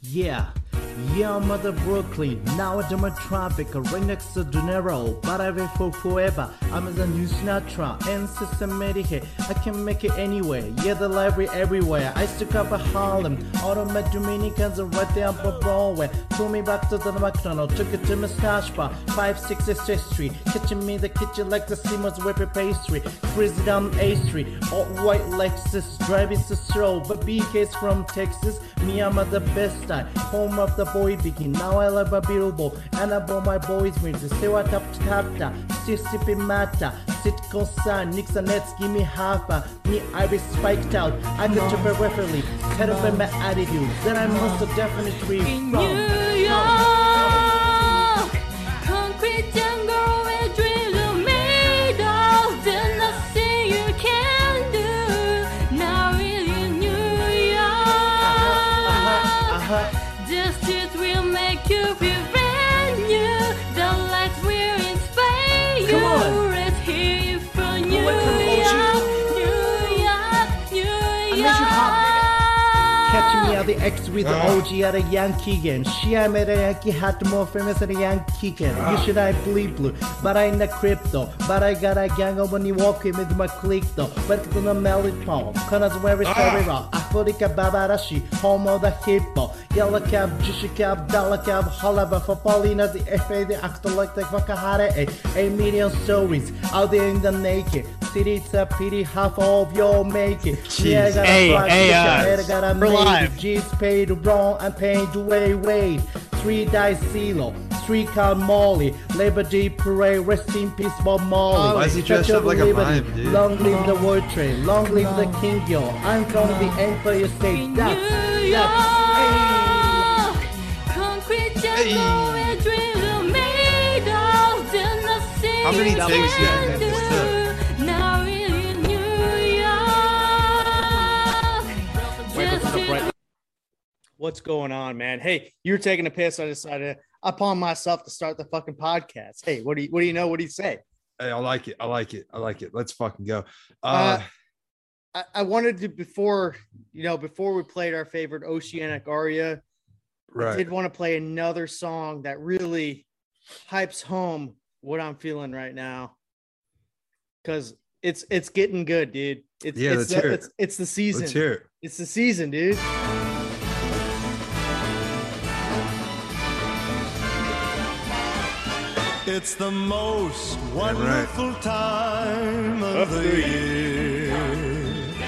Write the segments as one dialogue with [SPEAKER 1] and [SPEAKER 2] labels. [SPEAKER 1] Yeah, yeah, mother Brooklyn. Now I'm a tropical, right next to Dunero. But I wait for forever. I'm the new Sinatra and systematic. I can make it anywhere. Yeah, the library everywhere. I still cover Harlem. All of my Dominicans are right there on Broadway. Pull me back to the McDonald's. Took it to my stash bar. 566 Street. Kitchen me in the kitchen like the Seymour's whippy pastry. Crazy down A Street. All white Lexus. Driving to slow. But BK's from Texas. Me, I'm at the best time. Home of the boy begin. Now I love a billboard. And I bought my boys with the Sewa Tap Tapta. Still sipping matter. Sitcom sign. Nixon Nets give me half a. Me, I be spiked out. I could jump referee. Head up in my attitude. Then I must have definitely
[SPEAKER 2] In
[SPEAKER 1] from.
[SPEAKER 2] New York, concrete jungle where dreams are made of. There's nothing you can do. Now in New York, the streets will make you feel brand new. The lights will inspire you.
[SPEAKER 3] Come on.
[SPEAKER 2] Let's hear it from New
[SPEAKER 3] let them hold you.
[SPEAKER 2] York, New York, New
[SPEAKER 3] Unless you
[SPEAKER 2] York.
[SPEAKER 1] Catch me at the X with the OG at a Yankee game. She I made a Yankee hat more famous than a Yankee game. You should I bleed blue, but I in the crypto. But I got a gang of money walking with my click though. But to the melody palm, Connors where it's very
[SPEAKER 4] Ah.
[SPEAKER 1] raw. Africa Babarashi, home of the hippo. Yellow cab, Jushi cab, dollar cab, hollaba for Paulina, the FA, the actor like the Vakahare, a, a million stories out there in the naked. City, it's a pity half of your making. Yeah, I got a
[SPEAKER 4] Hey,
[SPEAKER 1] black
[SPEAKER 4] hey,
[SPEAKER 1] bitch,
[SPEAKER 4] uh,
[SPEAKER 1] I had a got a
[SPEAKER 4] we're
[SPEAKER 1] maid,
[SPEAKER 4] live.
[SPEAKER 1] G's paid wrong, I'm paid way, way. Three dice silo, three count Molly, Labor Day parade, rest in peace Bob Molly.
[SPEAKER 5] Why is he
[SPEAKER 1] Statue
[SPEAKER 5] dressed
[SPEAKER 1] of
[SPEAKER 5] up like a
[SPEAKER 1] Liberty,
[SPEAKER 5] mime, dude?
[SPEAKER 1] Long live the world trade, long live the king, yo. I'm from the Empire State. That's,
[SPEAKER 2] New
[SPEAKER 1] that's,
[SPEAKER 2] York, concrete jungle where dreams are made of. There's nothing
[SPEAKER 5] How many
[SPEAKER 2] you
[SPEAKER 5] takes
[SPEAKER 2] can
[SPEAKER 5] you have?
[SPEAKER 2] do. Now in New York, just
[SPEAKER 4] Microphone's
[SPEAKER 2] to
[SPEAKER 4] upright. What's going on, man? Hey, you were taking a piss. I decided upon myself to start the fucking podcast. Hey, what do you what do you know? What do you say?
[SPEAKER 5] Hey, I like it. I like it. I like it. Let's fucking go. Uh,
[SPEAKER 4] Uh, I, I wanted to before you know before we played our favorite oceanic aria. I
[SPEAKER 5] right.
[SPEAKER 4] did want to play another song that really hypes home what I'm feeling right now. Cause it's it's getting good, dude. It's
[SPEAKER 5] Yeah,
[SPEAKER 4] it's,
[SPEAKER 5] let's hear it.
[SPEAKER 4] it's it's the season.
[SPEAKER 5] Let's hear it.
[SPEAKER 4] It's the season, dude.
[SPEAKER 6] It's the most
[SPEAKER 5] right.
[SPEAKER 6] wonderful time of the year.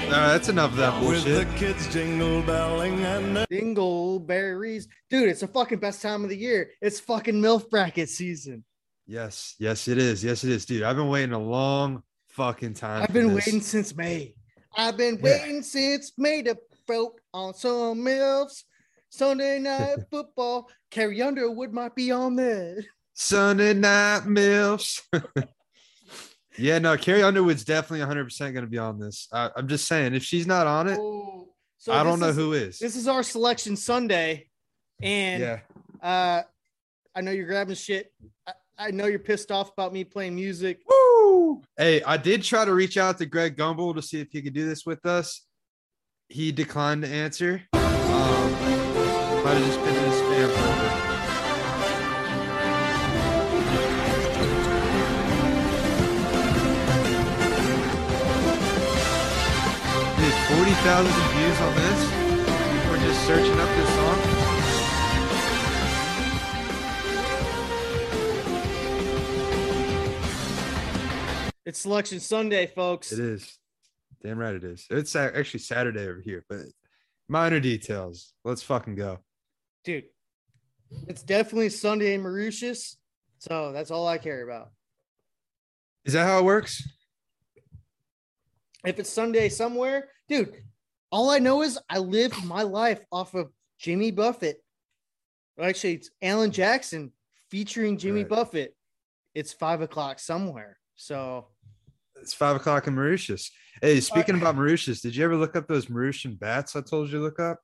[SPEAKER 5] Uh, that's enough of that
[SPEAKER 6] With the
[SPEAKER 5] bullshit.
[SPEAKER 6] kids jingle belling and the
[SPEAKER 4] Dingleberries. Dude, it's the fucking best time of the year. It's fucking MILF bracket season.
[SPEAKER 5] Yes, yes, it is. Yes, it is, dude. I've been waiting a long fucking time.
[SPEAKER 4] I've
[SPEAKER 5] for
[SPEAKER 4] been
[SPEAKER 5] this.
[SPEAKER 4] waiting since May. I've been
[SPEAKER 5] Yeah.
[SPEAKER 4] waiting since May to vote on some MILFs. Sunday night football. Carrie Underwood might be on there.
[SPEAKER 5] Sunday night milfs. yeah, no, Carrie Underwood's definitely 100 percent going to be on this. I, I'm just saying, if she's not on it,
[SPEAKER 4] Oh, so
[SPEAKER 5] I don't
[SPEAKER 4] this
[SPEAKER 5] know
[SPEAKER 4] is-
[SPEAKER 5] who is.
[SPEAKER 4] This is our selection Sunday, and
[SPEAKER 5] yeah,
[SPEAKER 4] uh, I know you're grabbing shit. I, I know you're pissed off about me playing music.
[SPEAKER 5] Hey, I did try to reach out to Greg Gumbel to see if he could do this with us. He declined to answer. Um, might have just been in his spam folder. Dude, 40,000 views on this. People are just searching up this song.
[SPEAKER 4] It's selection Sunday, folks.
[SPEAKER 5] It is. Damn right it is. It's a- actually Saturday over here, but minor details. Let's fucking go.
[SPEAKER 4] dude. It's definitely Sunday in Mauritius, so that's all I care about.
[SPEAKER 5] Is that how it works?
[SPEAKER 4] If it's Sunday somewhere, dude, all I know is I live my life off of Jimmy Buffett. Well, actually, it's Alan Jackson featuring Jimmy
[SPEAKER 5] Right.
[SPEAKER 4] Buffett. It's five o'clock somewhere, so
[SPEAKER 5] It's five o'clock in Mauritius. Hey, speaking about Mauritius, did you ever look up those Mauritian bats I told you to look up?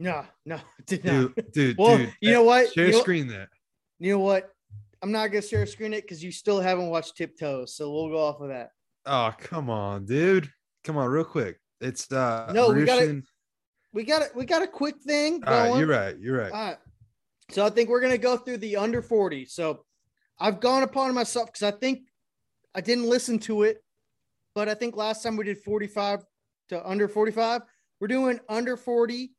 [SPEAKER 4] no, no, did not.
[SPEAKER 5] Dude, dude,
[SPEAKER 4] Well,
[SPEAKER 5] dude.
[SPEAKER 4] you know what?
[SPEAKER 5] Share
[SPEAKER 4] You know-
[SPEAKER 5] screen that.
[SPEAKER 4] You know what? I'm not gonna share screen it because you still haven't watched Tiptoes, so we'll go off of that.
[SPEAKER 5] Oh, come on, dude. Come on, real quick. It's uh
[SPEAKER 4] No, we gotta-
[SPEAKER 5] Mauritian
[SPEAKER 4] we got it. We got a quick thing.
[SPEAKER 5] All right,
[SPEAKER 4] going.
[SPEAKER 5] you're right. You're right.
[SPEAKER 4] All right. So I think we're gonna go through the under 40. So I've gone upon myself because I think I didn't listen to it, but I think last time we did 45 to under 45. We're doing under 40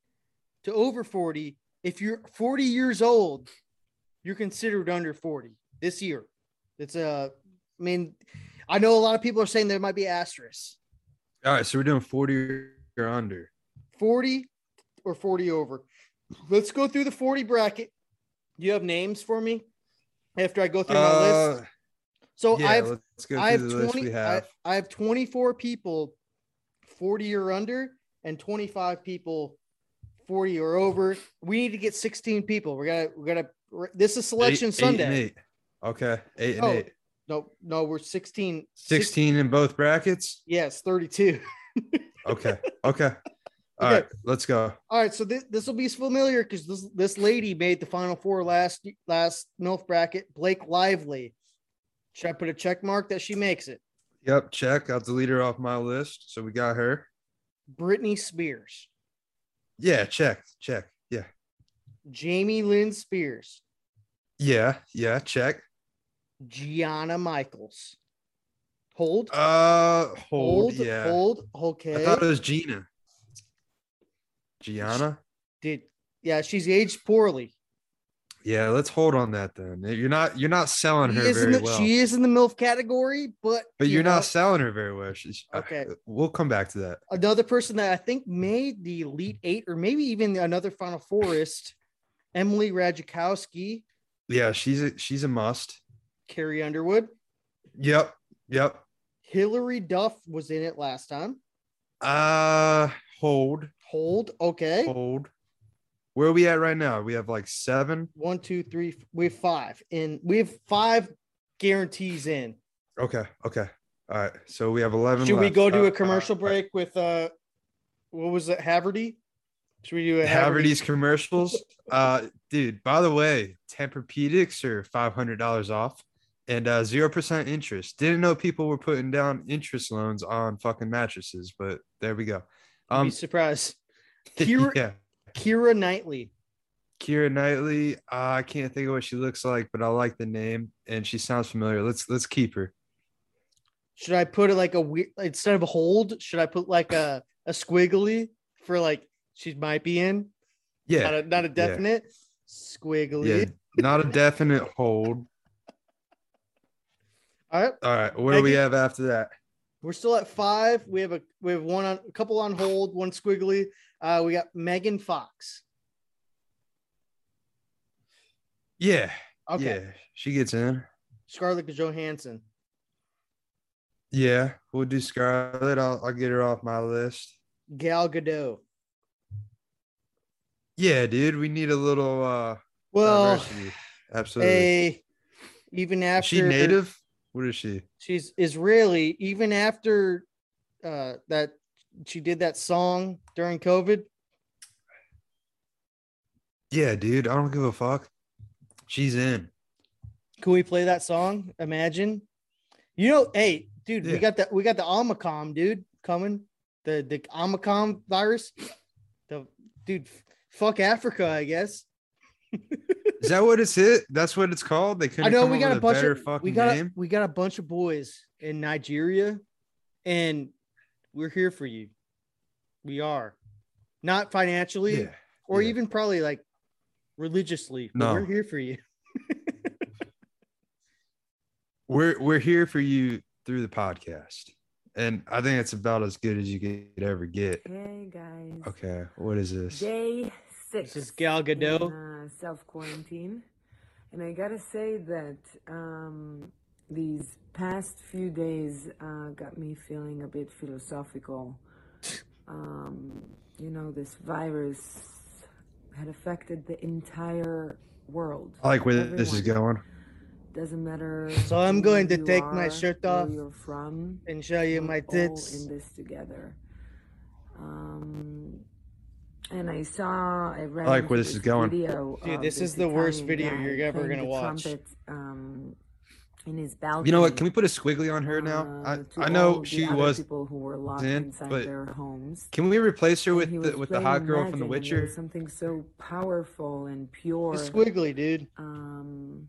[SPEAKER 4] to over 40. If you're 40 years old, you're considered under 40 this year. It's a, I mean, I know a lot of people are saying there might be asterisks.
[SPEAKER 5] All right, so we're doing 40 or under.
[SPEAKER 4] 40 or 40 over. Let's go through the 40 bracket. You have names for me after I go through my list.
[SPEAKER 5] Uh,
[SPEAKER 4] So
[SPEAKER 5] yeah,
[SPEAKER 4] I have
[SPEAKER 5] let's go
[SPEAKER 4] I have
[SPEAKER 5] through the list we
[SPEAKER 4] 20 I,
[SPEAKER 5] have.
[SPEAKER 4] I have 24 people 40 or under and 25 people 40 or over. We need to get 16 people. We're gonna we're gonna we're- this is
[SPEAKER 5] Eight- eight
[SPEAKER 4] selection
[SPEAKER 5] and
[SPEAKER 4] Sunday.
[SPEAKER 5] eight. Okay, eight and
[SPEAKER 4] Oh.
[SPEAKER 5] eight.
[SPEAKER 4] No, no, we're 16. six-
[SPEAKER 5] 16 in both brackets.
[SPEAKER 4] yes, 32.
[SPEAKER 5] Okay, okay. All right, let's go.
[SPEAKER 4] All right, so this this will be familiar because this this lady made the final four last last North bracket. Blake Lively. Should I put a check mark that she makes it?
[SPEAKER 5] Yep, check. I'll delete her off my list. So we got her.
[SPEAKER 4] Britney Spears,
[SPEAKER 5] Yeah, check, check. Yeah,
[SPEAKER 4] Jamie Lynn Spears,
[SPEAKER 5] yeah, yeah, check.
[SPEAKER 4] Gianna Michaels. Hold,
[SPEAKER 5] Uh, hold.
[SPEAKER 4] hold,
[SPEAKER 5] yeah,
[SPEAKER 4] hold.
[SPEAKER 5] I
[SPEAKER 4] Okay,
[SPEAKER 5] thought it was Gina. Gianna.
[SPEAKER 4] did yeah, she's aged poorly.
[SPEAKER 5] Yeah, let's hold on that then. You're not you're not selling
[SPEAKER 4] She
[SPEAKER 5] her
[SPEAKER 4] is, in
[SPEAKER 5] very
[SPEAKER 4] the,
[SPEAKER 5] well.
[SPEAKER 4] she is in the MILF category, but
[SPEAKER 5] but
[SPEAKER 4] you
[SPEAKER 5] you're
[SPEAKER 4] know,
[SPEAKER 5] not selling her very well. She's uh,
[SPEAKER 4] Okay.
[SPEAKER 5] We'll come back to that.
[SPEAKER 4] another person that I think made the Elite Eight or maybe even another Final Forest, Emily Radzikowski,
[SPEAKER 5] Yeah, she's a she's a must.
[SPEAKER 4] Carrie Underwood,
[SPEAKER 5] Yep. Yep.
[SPEAKER 4] Hillary Duff was in it last time.
[SPEAKER 5] Uh hold.
[SPEAKER 4] Hold, okay.
[SPEAKER 5] Hold. Where are we at right now? We have like seven.
[SPEAKER 4] One, two, three. f- We have five, and we have five guarantees in.
[SPEAKER 5] Okay. Okay. All right. So we have eleven.
[SPEAKER 4] Should we
[SPEAKER 5] left.
[SPEAKER 4] go
[SPEAKER 5] Uh,
[SPEAKER 4] to a commercial
[SPEAKER 5] uh,
[SPEAKER 4] break with uh, what was it, Haverty? Should we do a Haverty?
[SPEAKER 5] Haverty's commercials. Uh, dude, by the way, Tempur-Pedics are $500 off and uh, 0% interest. Didn't know people were putting down interest loans on fucking mattresses, but there we go.
[SPEAKER 4] Um,
[SPEAKER 5] Um,
[SPEAKER 4] surprised. Kira-
[SPEAKER 5] yeah,
[SPEAKER 4] Kira Knightley.
[SPEAKER 5] Kira Knightley. I can't think of what she looks like, but I like the name and she sounds familiar. Let's let's keep her.
[SPEAKER 4] Should I put it like a weird instead of hold? Should I put like a a squiggly for like she might be in? Not
[SPEAKER 5] Yeah,
[SPEAKER 4] a, not a definite squiggly.
[SPEAKER 5] yeah, not a definite hold.
[SPEAKER 4] All right,
[SPEAKER 5] All right, what do we
[SPEAKER 4] Becky-
[SPEAKER 5] have after that?
[SPEAKER 4] we're still at five. We have a we have one on a couple on hold, one squiggly. Uh, we got Megan Fox.
[SPEAKER 5] Yeah,
[SPEAKER 4] Okay,
[SPEAKER 5] yeah, she gets in.
[SPEAKER 4] Scarlett Johansson.
[SPEAKER 5] Yeah, we'll do Scarlet. I'll, I'll get her off my list.
[SPEAKER 4] Gal Gadot.
[SPEAKER 5] Yeah, dude, we need a little uh
[SPEAKER 4] Well,
[SPEAKER 5] diversity. Absolutely.
[SPEAKER 4] a even
[SPEAKER 5] Is
[SPEAKER 4] after
[SPEAKER 5] she native? What is she?
[SPEAKER 4] she's Israeli. Even after uh, that, she did that song during COVID.
[SPEAKER 5] Yeah, dude, I don't give a fuck. She's in.
[SPEAKER 4] Can we play that song? Imagine, you know, hey, dude, we
[SPEAKER 5] Yeah.
[SPEAKER 4] got the we got the Omicron, dude, coming. The the Omicron virus. The dude, f- fuck Africa, I guess.
[SPEAKER 5] Is that what it's hit? That's what it's called. They couldn't.
[SPEAKER 4] I know
[SPEAKER 5] come
[SPEAKER 4] we
[SPEAKER 5] up
[SPEAKER 4] got
[SPEAKER 5] with
[SPEAKER 4] a bunch
[SPEAKER 5] better
[SPEAKER 4] of
[SPEAKER 5] fucking
[SPEAKER 4] we got a,
[SPEAKER 5] name.
[SPEAKER 4] we got a bunch of boys in Nigeria, and we're here for you. We are not financially
[SPEAKER 5] Yeah.
[SPEAKER 4] or
[SPEAKER 5] yeah.
[SPEAKER 4] even probably like religiously. but
[SPEAKER 5] No.
[SPEAKER 4] We're here for you.
[SPEAKER 5] We're we're here for you through the podcast. And I think it's about as good as you could ever get.
[SPEAKER 3] Hey guys.
[SPEAKER 5] Okay, what is this?
[SPEAKER 3] Day six.
[SPEAKER 4] This is Gal Gadot.
[SPEAKER 3] Self quarantine, and I gotta say that um, these past few days uh, got me feeling a bit philosophical. Um, you know, this virus had affected the entire world.
[SPEAKER 5] I like where this is
[SPEAKER 3] Everyone.
[SPEAKER 5] going.
[SPEAKER 3] Doesn't matter.
[SPEAKER 4] So I'm
[SPEAKER 3] who
[SPEAKER 4] going to
[SPEAKER 3] you
[SPEAKER 4] take my
[SPEAKER 3] are,
[SPEAKER 4] shirt
[SPEAKER 3] where
[SPEAKER 4] off.
[SPEAKER 3] You're from
[SPEAKER 4] And show you
[SPEAKER 3] we're
[SPEAKER 4] my
[SPEAKER 3] all
[SPEAKER 4] tits.
[SPEAKER 3] in this together. Um, and I saw, I ran
[SPEAKER 5] I like
[SPEAKER 3] into
[SPEAKER 5] where this is going.
[SPEAKER 3] Video
[SPEAKER 4] Dude,
[SPEAKER 3] of
[SPEAKER 4] this is the worst video
[SPEAKER 3] Italian guy
[SPEAKER 4] you're ever
[SPEAKER 3] playing
[SPEAKER 4] gonna
[SPEAKER 3] the
[SPEAKER 4] watch.
[SPEAKER 3] Trumpet, um, in his balcony.
[SPEAKER 5] You know what? Can we put a squiggly on her now?
[SPEAKER 3] uh,
[SPEAKER 5] I,
[SPEAKER 3] to
[SPEAKER 5] I
[SPEAKER 3] all
[SPEAKER 5] know
[SPEAKER 3] the
[SPEAKER 5] she
[SPEAKER 3] other
[SPEAKER 5] was.
[SPEAKER 3] people who were locked
[SPEAKER 5] in,
[SPEAKER 3] inside
[SPEAKER 5] but
[SPEAKER 3] their homes.
[SPEAKER 5] Can we replace her
[SPEAKER 3] and
[SPEAKER 5] with
[SPEAKER 3] he was
[SPEAKER 5] the, with the
[SPEAKER 3] playing
[SPEAKER 5] hot girl from The
[SPEAKER 3] magic, and there was
[SPEAKER 5] Witcher?
[SPEAKER 3] Something so powerful and pure.
[SPEAKER 4] It's squiggly, dude.
[SPEAKER 3] um,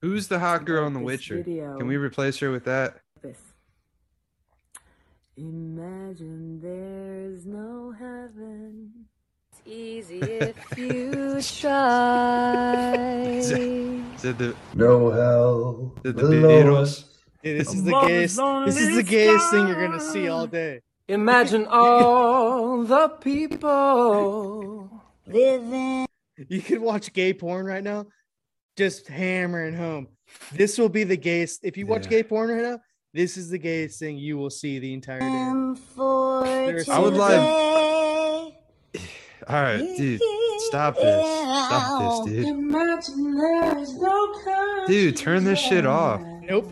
[SPEAKER 5] Who's the hot girl in The
[SPEAKER 3] this
[SPEAKER 5] Witcher?
[SPEAKER 3] video.
[SPEAKER 5] Can we replace her with that?
[SPEAKER 3] this. Imagine there's no heaven.
[SPEAKER 2] Easy if you try.
[SPEAKER 5] Is that the
[SPEAKER 7] No hell.
[SPEAKER 5] Did the Beatles-
[SPEAKER 4] Dude, this is the
[SPEAKER 8] Above the
[SPEAKER 4] gayest. This is the
[SPEAKER 8] lonely
[SPEAKER 4] gayest thing you're gonna see all day.
[SPEAKER 8] Imagine all the people.
[SPEAKER 4] You could watch gay porn right now, just hammering home. This will be the gayest. If you watch
[SPEAKER 5] Yeah.
[SPEAKER 4] gay porn right now, this is the gayest thing you will see the entire day. There are
[SPEAKER 5] I would
[SPEAKER 4] some-
[SPEAKER 5] like. All right, dude, stop this. Stop this, dude. Dude, turn this shit off.
[SPEAKER 4] Nope.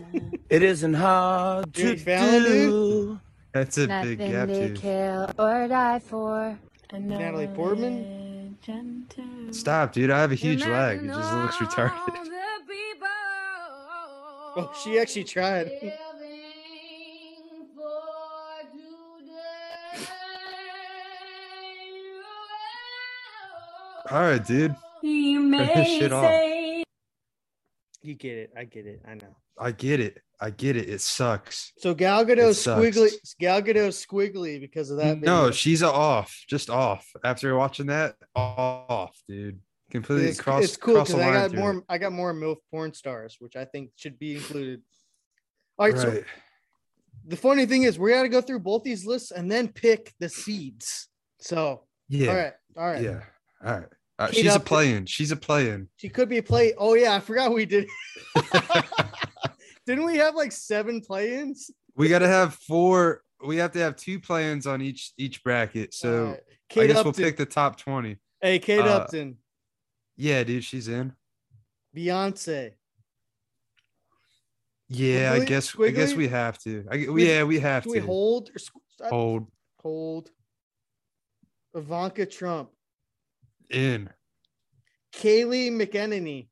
[SPEAKER 8] It isn't hard
[SPEAKER 4] You
[SPEAKER 8] to
[SPEAKER 4] ain't found it, dude?
[SPEAKER 8] do.
[SPEAKER 5] That's a big gap, dude.
[SPEAKER 2] kill or die for.
[SPEAKER 4] Natalie Portman.
[SPEAKER 5] Stop, dude. I have a huge lag. It just looks retarded.
[SPEAKER 4] Oh, she actually tried.
[SPEAKER 5] All right, dude.
[SPEAKER 2] You
[SPEAKER 5] Turn this shit off.
[SPEAKER 4] You get it. I get it. I know.
[SPEAKER 5] I get it. I get it. It sucks.
[SPEAKER 4] So Gal Gadot
[SPEAKER 5] sucks.
[SPEAKER 4] squiggly. Gal Gadot squiggly because of that.
[SPEAKER 5] No,
[SPEAKER 4] video.
[SPEAKER 5] she's a off. Just off. After watching that, off, dude. Completely
[SPEAKER 4] it's,
[SPEAKER 5] cross.
[SPEAKER 4] it's cool
[SPEAKER 5] cross
[SPEAKER 4] because
[SPEAKER 5] the
[SPEAKER 4] I
[SPEAKER 5] line
[SPEAKER 4] got
[SPEAKER 5] through
[SPEAKER 4] more.
[SPEAKER 5] it.
[SPEAKER 4] I got more MILF porn stars, which I think should be included. All right, So
[SPEAKER 5] Right.
[SPEAKER 4] the funny thing is, we got to go through both these lists and then pick the seeds. So
[SPEAKER 5] Yeah.
[SPEAKER 4] all right, all right.
[SPEAKER 5] Yeah. All right. All right.
[SPEAKER 4] Kate
[SPEAKER 5] She's a
[SPEAKER 4] Upton.
[SPEAKER 5] play-in. She's a play-in.
[SPEAKER 4] She could be a play. Oh yeah, I forgot we did. Didn't we have like seven play-ins?
[SPEAKER 5] We got to have four. We have to have two play-ins on each each bracket. So
[SPEAKER 4] All right.
[SPEAKER 5] I
[SPEAKER 4] Kate
[SPEAKER 5] guess
[SPEAKER 4] Upton.
[SPEAKER 5] we'll pick the top twenty.
[SPEAKER 4] hey, Kate
[SPEAKER 5] uh,
[SPEAKER 4] Upton,
[SPEAKER 5] Yeah, dude. She's in.
[SPEAKER 4] Beyonce.
[SPEAKER 5] Yeah, I
[SPEAKER 4] Squiggly?
[SPEAKER 5] guess. I guess
[SPEAKER 4] Squiggly?
[SPEAKER 5] we have to. I,
[SPEAKER 4] We-
[SPEAKER 5] yeah, we have
[SPEAKER 4] Do
[SPEAKER 5] to
[SPEAKER 4] we hold or squ- I-
[SPEAKER 5] hold
[SPEAKER 4] hold? Ivanka Trump,
[SPEAKER 5] in.
[SPEAKER 4] Kaylee McEnany,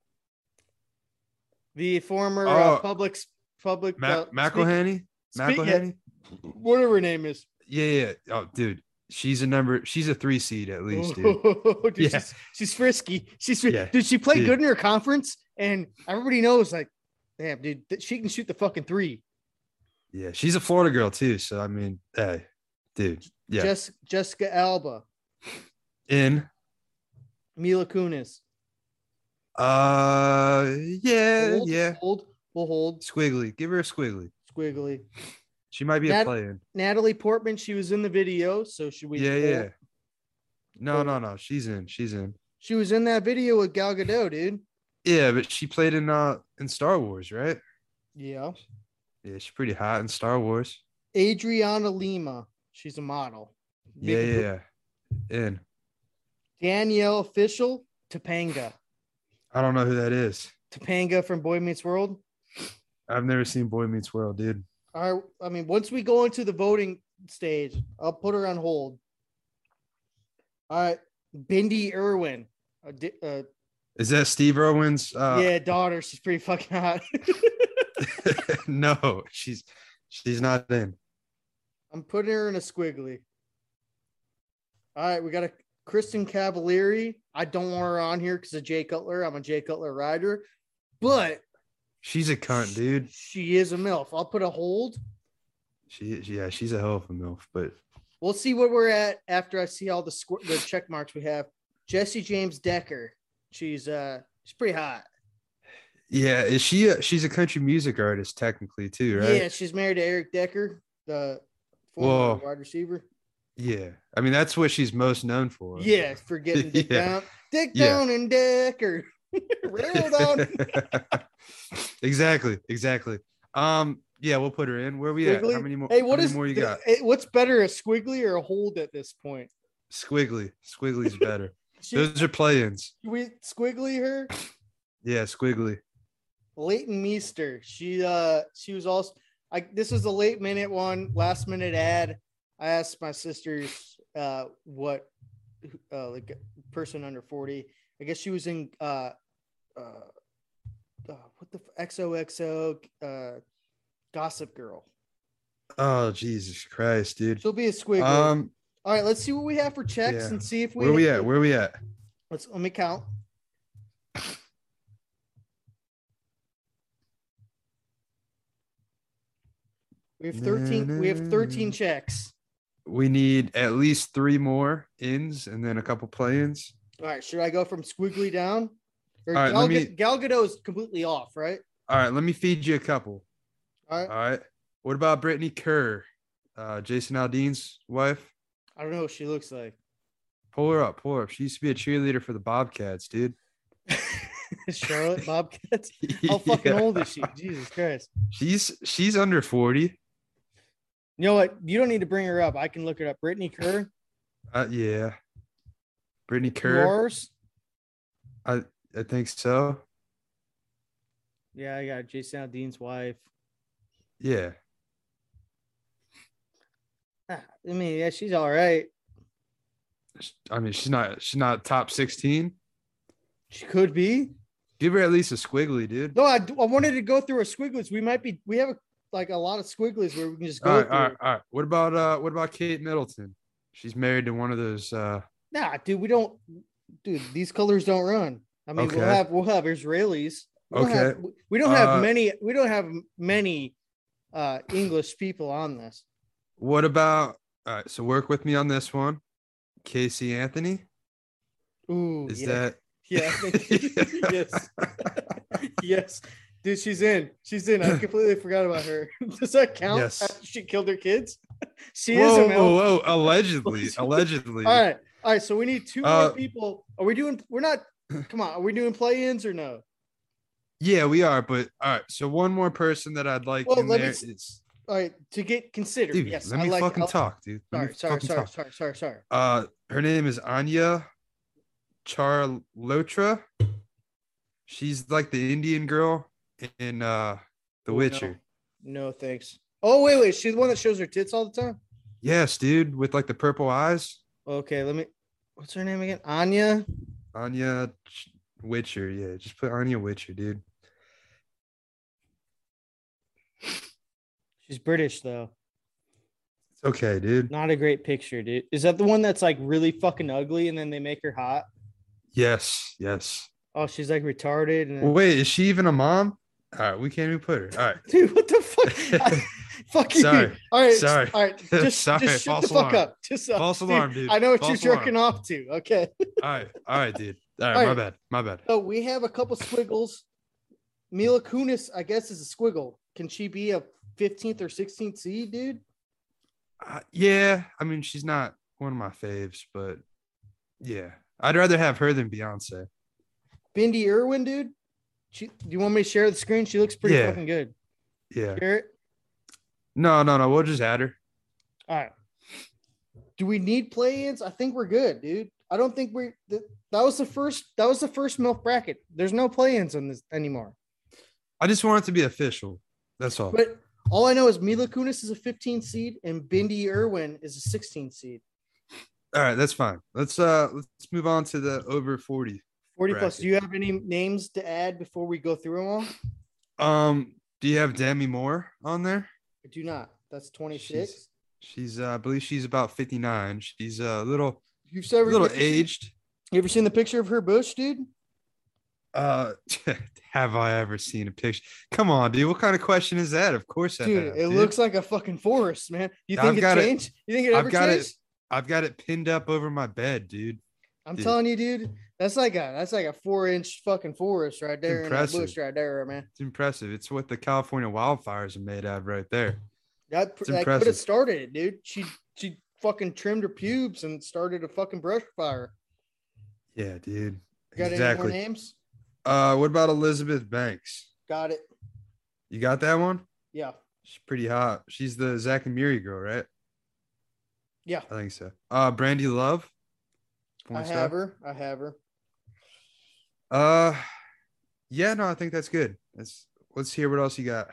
[SPEAKER 4] the former
[SPEAKER 5] Oh.
[SPEAKER 4] uh, public s- public
[SPEAKER 5] Ma-
[SPEAKER 4] uh,
[SPEAKER 5] McElhenney.
[SPEAKER 4] speak- yeah.
[SPEAKER 5] McElhenney.
[SPEAKER 4] speak- whatever her name is.
[SPEAKER 5] Yeah, yeah. Oh, dude, she's a number. She's a three seed at least, dude.
[SPEAKER 4] Oh, dude,
[SPEAKER 5] Yeah.
[SPEAKER 4] she's, she's frisky. She's fri-
[SPEAKER 5] Yeah,
[SPEAKER 4] dude. She played
[SPEAKER 5] dude.
[SPEAKER 4] good in her conference, and everybody knows like, damn, dude, th- she can shoot the fucking three.
[SPEAKER 5] Yeah, she's a Florida girl too. So I mean, hey, dude. Yeah,
[SPEAKER 4] Jess, Jessica Alba,
[SPEAKER 5] in.
[SPEAKER 4] Mila Kunis.
[SPEAKER 5] Uh, yeah,
[SPEAKER 4] Hold,
[SPEAKER 5] yeah.
[SPEAKER 4] hold, we'll hold.
[SPEAKER 5] Squiggly, give her a squiggly.
[SPEAKER 4] Squiggly.
[SPEAKER 5] She might be
[SPEAKER 4] Nat-
[SPEAKER 5] a play-in.
[SPEAKER 4] Natalie Portman. She was in the video, so should we?
[SPEAKER 5] yeah,
[SPEAKER 4] hold?
[SPEAKER 5] yeah. No,
[SPEAKER 4] Hold.
[SPEAKER 5] no, no. She's in. She's in.
[SPEAKER 4] She was in that video with Gal Gadot, dude.
[SPEAKER 5] Yeah, but she played in uh in Star Wars, right?
[SPEAKER 4] Yeah.
[SPEAKER 5] Yeah, she's pretty hot in Star Wars.
[SPEAKER 4] Adriana Lima. She's a model.
[SPEAKER 5] Yeah,
[SPEAKER 4] Big-
[SPEAKER 5] yeah, yeah. In.
[SPEAKER 4] Danielle Fishel, Topanga.
[SPEAKER 5] I don't know who that is.
[SPEAKER 4] Topanga from Boy Meets World.
[SPEAKER 5] I've never seen Boy Meets World, dude.
[SPEAKER 4] All right. I mean, once we go into the voting stage, I'll put her on hold. All right. Bindi Irwin. Uh, di- uh,
[SPEAKER 5] Is that Steve Irwin's? Uh,
[SPEAKER 4] yeah, daughter. She's pretty fucking hot.
[SPEAKER 5] no, she's she's not in.
[SPEAKER 4] I'm putting her in a squiggly. All right. We got a Kristen Cavallari. I don't want her on here because of Jay Cutler. I'm a Jay Cutler rider. But
[SPEAKER 5] She's a cunt, dude.
[SPEAKER 4] she is a MILF. I'll put a hold.
[SPEAKER 5] She yeah, she's a hell of a milf. But
[SPEAKER 4] We'll see what we're at after I see all the squ- the check marks we have. Jesse James Decker. She's uh she's pretty hot.
[SPEAKER 5] yeah, is she? A, she's a country music artist technically too, right?
[SPEAKER 4] Yeah, she's married to Eric Decker, the
[SPEAKER 5] Whoa.
[SPEAKER 4] former wide receiver.
[SPEAKER 5] Yeah. I mean, that's what she's most known for.
[SPEAKER 4] Yeah, for getting Dick
[SPEAKER 5] Yeah.
[SPEAKER 4] down. Dick
[SPEAKER 5] Yeah.
[SPEAKER 4] down and Decker. Railed on.
[SPEAKER 5] exactly. Exactly. Um. Yeah, we'll put her in. Where we at? How
[SPEAKER 4] Squiggly.
[SPEAKER 5] many more?
[SPEAKER 4] Hey, what
[SPEAKER 5] how many
[SPEAKER 4] is
[SPEAKER 5] more you
[SPEAKER 4] the-
[SPEAKER 5] got?
[SPEAKER 4] eh, what's better, a squiggly or a hold at this point?
[SPEAKER 5] Squiggly. Squiggly's better.
[SPEAKER 4] She,
[SPEAKER 5] Those are play-ins.
[SPEAKER 4] we squiggly her.
[SPEAKER 5] Yeah, Squiggly.
[SPEAKER 4] Leighton Meester. She uh she was also I this was the late minute one, last minute ad. I asked my sisters uh what uh like person under 40. I guess she was in uh uh uh, what the f- XOXO uh, Gossip Girl.
[SPEAKER 5] Oh Jesus Christ, dude.
[SPEAKER 4] She'll be a squiggle.
[SPEAKER 5] Um,
[SPEAKER 4] All right, let's see what we have for checks
[SPEAKER 5] yeah.
[SPEAKER 4] and see if we
[SPEAKER 5] where we at? Where we at?
[SPEAKER 4] Let's let me count. We have thirteen. We have thirteen checks.
[SPEAKER 5] We need at least three more ins and then a couple play-ins.
[SPEAKER 4] All right, should I go from squiggly down? Or
[SPEAKER 5] All right,
[SPEAKER 4] Gal,
[SPEAKER 5] let me-
[SPEAKER 4] Ga- Gal Gadot is completely off, right?
[SPEAKER 5] All right, let me feed you a couple.
[SPEAKER 4] All right.
[SPEAKER 5] All right. What about Brittany Kerr, uh, Jason Aldean's wife?
[SPEAKER 4] I don't know what she looks like.
[SPEAKER 5] Pull her up, pull her up. She used to be a cheerleader for the Bobcats, dude.
[SPEAKER 4] Charlotte Bobcats. How fucking
[SPEAKER 5] Yeah.
[SPEAKER 4] old is she? Jesus Christ.
[SPEAKER 5] She's she's under forty.
[SPEAKER 4] You know what? You don't need to bring her up. I can look it up. Brittany Kerr,
[SPEAKER 5] Uh, yeah. Brittany Kerr,
[SPEAKER 4] Mars.
[SPEAKER 5] I think so.
[SPEAKER 4] Yeah, I got Jason Aldean's wife.
[SPEAKER 5] Yeah.
[SPEAKER 4] Ah, I mean, yeah, she's all right.
[SPEAKER 5] I mean, she's not she's not top sixteen.
[SPEAKER 4] She could be.
[SPEAKER 5] Give her at least a squiggly, dude.
[SPEAKER 4] No, I, d- I wanted to go through our squigglies. We might be. We have a, like a lot of squigglies where we can just go
[SPEAKER 5] All right,
[SPEAKER 4] through.
[SPEAKER 5] all right, all right. What about uh what about Kate Middleton? She's married to one of those uh
[SPEAKER 4] Nah, dude, we don't. Dude, these colors don't run. I mean, we'll
[SPEAKER 5] Okay.
[SPEAKER 4] have we'll have Israelis. We don't have-
[SPEAKER 5] Okay.
[SPEAKER 4] we don't have
[SPEAKER 5] Uh,
[SPEAKER 4] many. We don't have many uh English people on this.
[SPEAKER 5] what about all right, so work with me on this one. Casey Anthony.
[SPEAKER 4] Ooh,
[SPEAKER 5] Is
[SPEAKER 4] Oh, yeah.
[SPEAKER 5] that
[SPEAKER 4] Yeah. yes. yes. Dude, she's in. She's in. I completely forgot about her. Does that count?
[SPEAKER 5] Yes.
[SPEAKER 4] After she killed her kids. She is
[SPEAKER 5] whoa,
[SPEAKER 4] a male.
[SPEAKER 5] whoa, whoa, allegedly, allegedly.
[SPEAKER 4] All right. All right. So we need two
[SPEAKER 5] Uh,
[SPEAKER 4] more people. Are we doing we're not come on, are we doing play ins or no?
[SPEAKER 5] Yeah, we are, but all right. So one more person that I'd like
[SPEAKER 4] Well,
[SPEAKER 5] in
[SPEAKER 4] let me
[SPEAKER 5] there
[SPEAKER 4] s-
[SPEAKER 5] is-
[SPEAKER 4] All right, to get considered.
[SPEAKER 5] dude.
[SPEAKER 4] yes,
[SPEAKER 5] let
[SPEAKER 4] I
[SPEAKER 5] me
[SPEAKER 4] like
[SPEAKER 5] fucking
[SPEAKER 4] I'll-
[SPEAKER 5] talk, dude. Let me
[SPEAKER 4] Sorry, sorry,
[SPEAKER 5] fucking
[SPEAKER 4] sorry,
[SPEAKER 5] talk.
[SPEAKER 4] sorry, sorry, sorry.
[SPEAKER 5] Uh, her name is Anya Charlotra. She's like the Indian girl in uh The
[SPEAKER 4] Oh, no.
[SPEAKER 5] Witcher.
[SPEAKER 4] No, thanks. Oh, wait, wait. She's the one that shows her tits all the time.
[SPEAKER 5] Yes, dude, with like the purple eyes.
[SPEAKER 4] Okay, let me what's her name again? Anya.
[SPEAKER 5] Anya Ch- Witcher. Yeah, just put Anya Witcher, dude.
[SPEAKER 4] She's British though.
[SPEAKER 5] It's okay, dude.
[SPEAKER 4] Not a great picture, dude. Is that the one that's like really fucking ugly and then they make her hot?
[SPEAKER 5] Yes, yes.
[SPEAKER 4] Oh, she's like retarded. And then-
[SPEAKER 5] Wait, is she even a mom? All right, we can't even put her. All right.
[SPEAKER 4] Dude, what the fuck? I- fuck you.
[SPEAKER 5] Sorry.
[SPEAKER 4] All right.
[SPEAKER 5] Sorry.
[SPEAKER 4] All right. Just,
[SPEAKER 5] Sorry,
[SPEAKER 4] just shut
[SPEAKER 5] false
[SPEAKER 4] the fuck
[SPEAKER 5] alarm.
[SPEAKER 4] up. Just uh,
[SPEAKER 5] False alarm, dude.
[SPEAKER 4] I know what
[SPEAKER 5] False
[SPEAKER 4] you're
[SPEAKER 5] alarm.
[SPEAKER 4] jerking off to. Okay.
[SPEAKER 5] All right. All right, dude. All right,
[SPEAKER 4] All
[SPEAKER 5] my
[SPEAKER 4] right.
[SPEAKER 5] bad. My bad.
[SPEAKER 4] So we have a couple squiggles. Mila Kunis, I guess, is a squiggle. Can she be a 15th or 16th seed, dude?
[SPEAKER 5] Uh, yeah, I mean she's not one of my faves, but yeah, I'd rather have her than Beyonce.
[SPEAKER 4] Bindi Irwin, dude. She, do you want me to share the screen? She looks pretty
[SPEAKER 5] Yeah.
[SPEAKER 4] fucking good.
[SPEAKER 5] Yeah.
[SPEAKER 4] Share it.
[SPEAKER 5] No, no, no. We'll just add her.
[SPEAKER 4] All right. Do we need play-ins? I think we're good, dude. I don't think we. Th- that was the first. That was the first milk bracket. There's no play-ins on this anymore.
[SPEAKER 5] I just want it to be official. That's all.
[SPEAKER 4] But all I know is Mila Kunis is a 15 seed and Bindi Irwin is a 16 seed.
[SPEAKER 5] all right, that's fine. Let's uh let's move on to the over 40.
[SPEAKER 4] 40 plus.
[SPEAKER 5] Bracket.
[SPEAKER 4] Do you have any names to add before we go through them all?
[SPEAKER 5] Um, do you have Demi Moore on there?
[SPEAKER 4] I do not. That's 26.
[SPEAKER 5] She's- She's uh, I believe she's about 59. She's a little
[SPEAKER 4] You've
[SPEAKER 5] a
[SPEAKER 4] ever
[SPEAKER 5] little
[SPEAKER 4] you ever seen-
[SPEAKER 5] aged.
[SPEAKER 4] You ever seen the picture of her bush, dude?
[SPEAKER 5] Uh have I ever seen a picture? Come on, dude. What kind of question is that? Of course I
[SPEAKER 4] Dude,
[SPEAKER 5] have,
[SPEAKER 4] it looks like a fucking forest, man. You
[SPEAKER 5] I've
[SPEAKER 4] think
[SPEAKER 5] got
[SPEAKER 4] it
[SPEAKER 5] it.
[SPEAKER 4] changed? You think it
[SPEAKER 5] I've
[SPEAKER 4] ever
[SPEAKER 5] got it.
[SPEAKER 4] changed?
[SPEAKER 5] I've got it pinned up over my bed, dude.
[SPEAKER 4] I'm
[SPEAKER 5] Dude.
[SPEAKER 4] telling you, dude, that's like a that's like a four inch fucking forest right there in that bush
[SPEAKER 5] Impressive.
[SPEAKER 4] right there, man.
[SPEAKER 5] It's impressive. It's what the California wildfires are made out of right there. It's
[SPEAKER 4] That that could have
[SPEAKER 5] impressive.
[SPEAKER 4] started it, dude. She she fucking trimmed her pubes and started a fucking brush fire.
[SPEAKER 5] Yeah, dude.
[SPEAKER 4] Got any more
[SPEAKER 5] Exactly.
[SPEAKER 4] names?
[SPEAKER 5] Uh, what about Elizabeth Banks?
[SPEAKER 4] Got it.
[SPEAKER 5] You got that one?
[SPEAKER 4] Yeah.
[SPEAKER 5] She's pretty hot. She's the Zach and Miri girl, right?
[SPEAKER 4] Yeah.
[SPEAKER 5] I think so. Uh, Brandy Love.
[SPEAKER 4] I
[SPEAKER 5] Porn star.
[SPEAKER 4] have her. I have her.
[SPEAKER 5] Uh, yeah, no, I think that's good. Let's let's hear what else you got.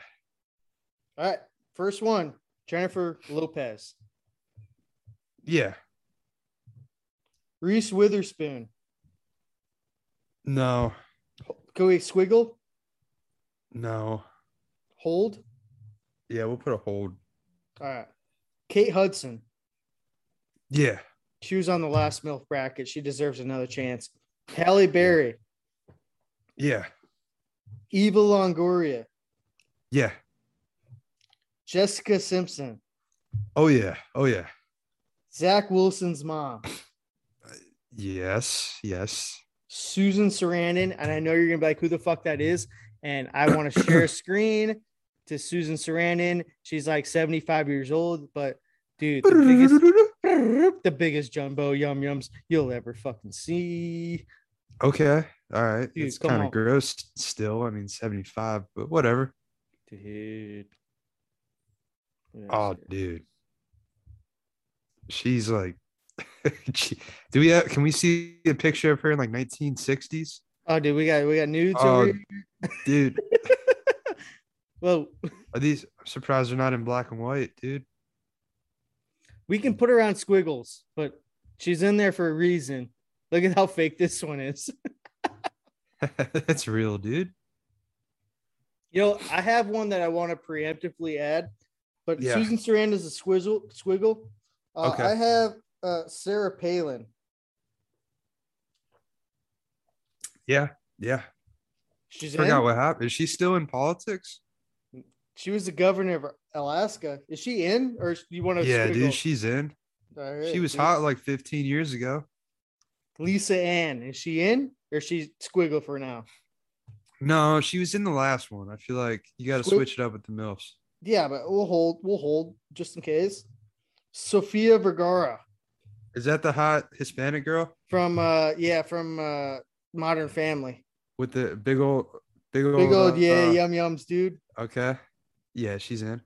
[SPEAKER 4] All right. First one, Jennifer Lopez.
[SPEAKER 5] Yeah.
[SPEAKER 4] Reese Witherspoon.
[SPEAKER 5] No.
[SPEAKER 4] Can we squiggle?
[SPEAKER 5] No.
[SPEAKER 4] Hold.
[SPEAKER 5] Yeah, we'll put a hold.
[SPEAKER 4] All right. Kate Hudson.
[SPEAKER 5] Yeah.
[SPEAKER 4] She was on the last MILF bracket. She deserves another chance. Halle Berry,
[SPEAKER 5] Yeah.
[SPEAKER 4] Eva Longoria,
[SPEAKER 5] Yeah.
[SPEAKER 4] Jessica Simpson,
[SPEAKER 5] Oh yeah. Oh yeah.
[SPEAKER 4] Zach Wilson's mom,
[SPEAKER 5] Yes. Yes.
[SPEAKER 4] Susan Sarandon. And I know you're going to be like, who the fuck that is? And I want to share a screen to Susan Sarandon. She's like 75 years old, but dude, the biggest, the biggest jumbo yum yums you'll ever fucking see.
[SPEAKER 5] Okay. All right.
[SPEAKER 4] Dude,
[SPEAKER 5] it's
[SPEAKER 4] come
[SPEAKER 5] kind
[SPEAKER 4] on.
[SPEAKER 5] of gross still. I mean, 75, but whatever.
[SPEAKER 4] Dude. Yes,
[SPEAKER 5] Oh,
[SPEAKER 4] dude.
[SPEAKER 5] dude. She's like, She- do we have, can we see a picture of her in like 1960s?
[SPEAKER 4] Oh, dude, we got we got nudes.
[SPEAKER 5] Oh,
[SPEAKER 4] over here.
[SPEAKER 5] Dude,
[SPEAKER 4] Well,
[SPEAKER 5] are these, I'm surprised they're not in black and white, dude.
[SPEAKER 4] we can put her on squiggles, but she's in there for a reason. Look at how fake this one is.
[SPEAKER 5] That's real, dude.
[SPEAKER 4] You know, I have one that I want to preemptively add, but
[SPEAKER 5] Yeah.
[SPEAKER 4] Susan Sarandon is a squizzle, squiggle. Uh,
[SPEAKER 5] Okay.
[SPEAKER 4] I have uh, Sarah Palin.
[SPEAKER 5] Yeah. Yeah.
[SPEAKER 4] She's in.
[SPEAKER 5] Forgot what happened. Is she still in politics?
[SPEAKER 4] She was the governor of Alaska. Is she in, or do you want to?
[SPEAKER 5] Yeah,
[SPEAKER 4] squiggle?
[SPEAKER 5] dude. She's in.
[SPEAKER 4] All right,
[SPEAKER 5] She was
[SPEAKER 4] dude.
[SPEAKER 5] hot like 15 years ago.
[SPEAKER 4] Lisa Ann. Is she in, or is she squiggle for now?
[SPEAKER 5] No, she was in the last one. I feel like you got to
[SPEAKER 4] Squid-
[SPEAKER 5] switch it up with the MILFs.
[SPEAKER 4] Yeah, but we'll hold. We'll hold just in case. Sophia Vergara
[SPEAKER 5] Is that the hot Hispanic girl
[SPEAKER 4] from uh yeah from uh Modern Family.
[SPEAKER 5] with the big old, big old,
[SPEAKER 4] Big old
[SPEAKER 5] uh,
[SPEAKER 4] yeah
[SPEAKER 5] uh,
[SPEAKER 4] yum yums dude.
[SPEAKER 5] Okay. Yeah, she's in.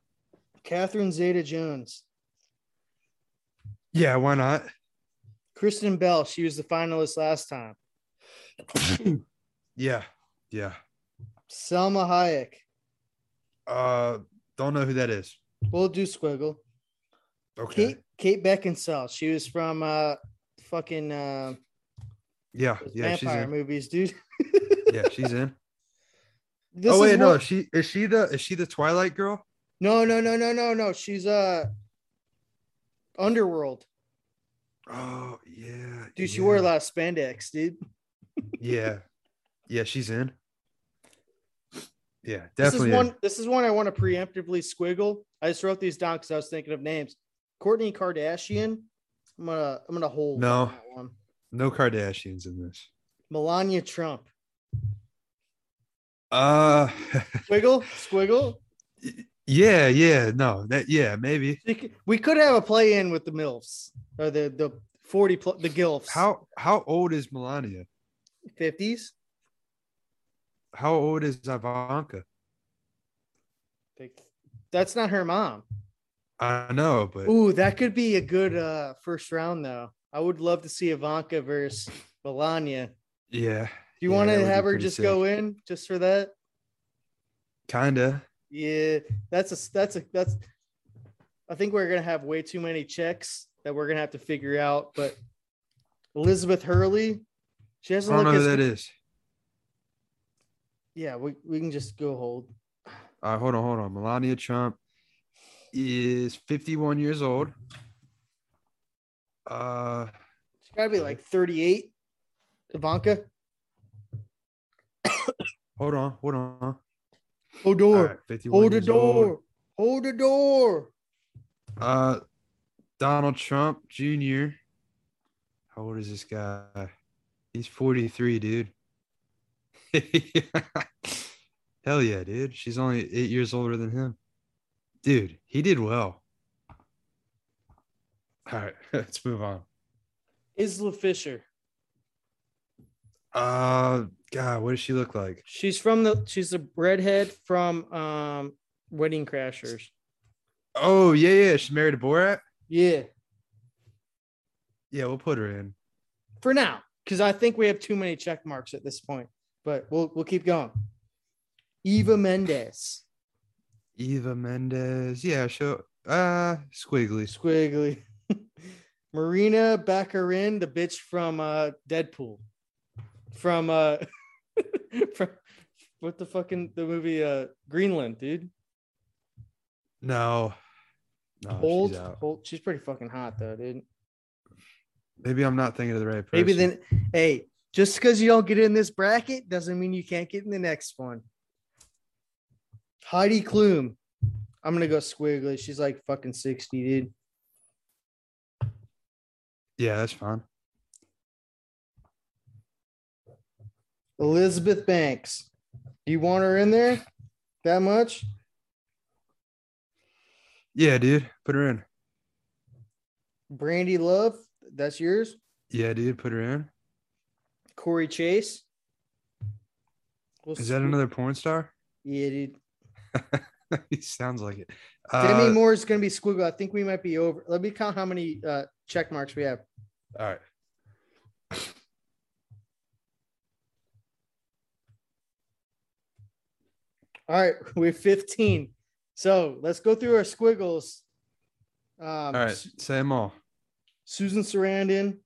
[SPEAKER 4] Catherine Zeta Jones.
[SPEAKER 5] Yeah, why not?
[SPEAKER 4] Kristen Bell. She was the finalist last time.
[SPEAKER 5] Yeah, yeah.
[SPEAKER 4] Selma Hayek.
[SPEAKER 5] Uh, don't know who that is.
[SPEAKER 4] We'll do squiggle.
[SPEAKER 5] Okay.
[SPEAKER 4] Kate Kate Beckinsale. She was from uh fucking uh
[SPEAKER 5] yeah, yeah, she's
[SPEAKER 4] vampire
[SPEAKER 5] in.
[SPEAKER 4] movies, dude.
[SPEAKER 5] Yeah, she's in.
[SPEAKER 4] This
[SPEAKER 5] oh
[SPEAKER 4] is
[SPEAKER 5] wait, no,
[SPEAKER 4] what-
[SPEAKER 5] she is she the is she the Twilight girl?
[SPEAKER 4] no, no, no, no, no, no. She's uh Underworld.
[SPEAKER 5] Oh yeah,
[SPEAKER 4] Dude,
[SPEAKER 5] yeah.
[SPEAKER 4] she wore a lot of spandex, dude.
[SPEAKER 5] Yeah, yeah, she's in. Yeah,
[SPEAKER 4] This is
[SPEAKER 5] definitely.
[SPEAKER 4] one. This is one I want to preemptively squiggle. I just wrote these down because I was thinking of names. Courtney Kardashian. I'm gonna I'm gonna hold
[SPEAKER 5] No.
[SPEAKER 4] on that one.
[SPEAKER 5] in. No Kardashians in this.
[SPEAKER 4] Melania Trump.
[SPEAKER 5] Uh,
[SPEAKER 4] Squiggle, squiggle.
[SPEAKER 5] yeah, yeah, no, that yeah, maybe.
[SPEAKER 4] We could- We could have a play in with the milfs or the the forty plus the gilfs.
[SPEAKER 5] How how old is Melania?
[SPEAKER 4] fifties?
[SPEAKER 5] How old is Ivanka?
[SPEAKER 4] That's not her mom.
[SPEAKER 5] I know, but
[SPEAKER 4] Ooh, that could be a good uh first round though. I would love to see Ivanka versus Melania.
[SPEAKER 5] yeah,
[SPEAKER 4] Do you
[SPEAKER 5] Yeah,
[SPEAKER 4] want
[SPEAKER 5] that
[SPEAKER 4] to
[SPEAKER 5] would be
[SPEAKER 4] have her
[SPEAKER 5] pretty
[SPEAKER 4] just
[SPEAKER 5] sick.
[SPEAKER 4] go in just for that?
[SPEAKER 5] kinda.
[SPEAKER 4] Yeah, that's a that's a that's. I think we're gonna have way too many checks that we're gonna have to figure out. But Elizabeth Hurley, she
[SPEAKER 5] I
[SPEAKER 4] doesn't
[SPEAKER 5] don't
[SPEAKER 4] look
[SPEAKER 5] know who
[SPEAKER 4] as
[SPEAKER 5] that is.
[SPEAKER 4] yeah. We we can just go hold.
[SPEAKER 5] All right, hold on, hold on. Melania Trump is 51 years old. Uh,
[SPEAKER 4] She's gotta be like thirty eight. Ivanka
[SPEAKER 5] hold on, hold on. All
[SPEAKER 4] Odor,
[SPEAKER 5] right, 51
[SPEAKER 4] hold the
[SPEAKER 5] years
[SPEAKER 4] door,
[SPEAKER 5] old.
[SPEAKER 4] hold the door.
[SPEAKER 5] Uh, Donald Trump Jr. How old is this guy? He's 43, dude. Hell yeah, dude. She's only eight years older than him. Dude, he did well. All right, let's move on.
[SPEAKER 4] Isla Fisher.
[SPEAKER 5] Uh, God, what does she look like?
[SPEAKER 4] She's from the she's a redhead from um Wedding Crashers.
[SPEAKER 5] Oh yeah, yeah. She married a Borat.
[SPEAKER 4] Yeah,
[SPEAKER 5] Yeah, we'll put her in.
[SPEAKER 4] for now, because I think we have too many check marks at this point. But we'll we'll keep going. Eva Mendes,
[SPEAKER 5] Eva Mendes. Yeah, she'll uh squiggly.
[SPEAKER 4] squiggly. Marina Baccarin, the bitch from uh Deadpool, from uh from what the fucking the movie uh Greenland, dude.
[SPEAKER 5] No. No, Oh, she's
[SPEAKER 4] Holt,
[SPEAKER 5] out.
[SPEAKER 4] Holt, she's pretty fucking hot though, dude.
[SPEAKER 5] Maybe I'm not thinking of the right person.
[SPEAKER 4] Maybe then, hey, just because you don't get in this bracket doesn't mean you can't get in the next one. Heidi Klum. I'm gonna go squiggly. She's like fucking 60, dude.
[SPEAKER 5] Yeah, that's fine.
[SPEAKER 4] Elizabeth Banks. You want her in there that much?
[SPEAKER 5] Yeah, dude, put her in.
[SPEAKER 4] Brandy Love, that's yours.
[SPEAKER 5] Yeah, dude, put her in.
[SPEAKER 4] Corey Chase. We'll
[SPEAKER 5] Is that
[SPEAKER 4] see.
[SPEAKER 5] another porn star?
[SPEAKER 4] Yeah, dude.
[SPEAKER 5] he sounds like it.
[SPEAKER 4] Demi
[SPEAKER 5] Uh,
[SPEAKER 4] Moore is gonna be squiggle. I think we might be over. Let me count how many uh, check marks we have.
[SPEAKER 5] all right.
[SPEAKER 4] All right, we're 15. So let's go through our squiggles. Um,
[SPEAKER 5] All right.
[SPEAKER 4] Su-
[SPEAKER 5] Say them all.
[SPEAKER 4] Susan Sarandon,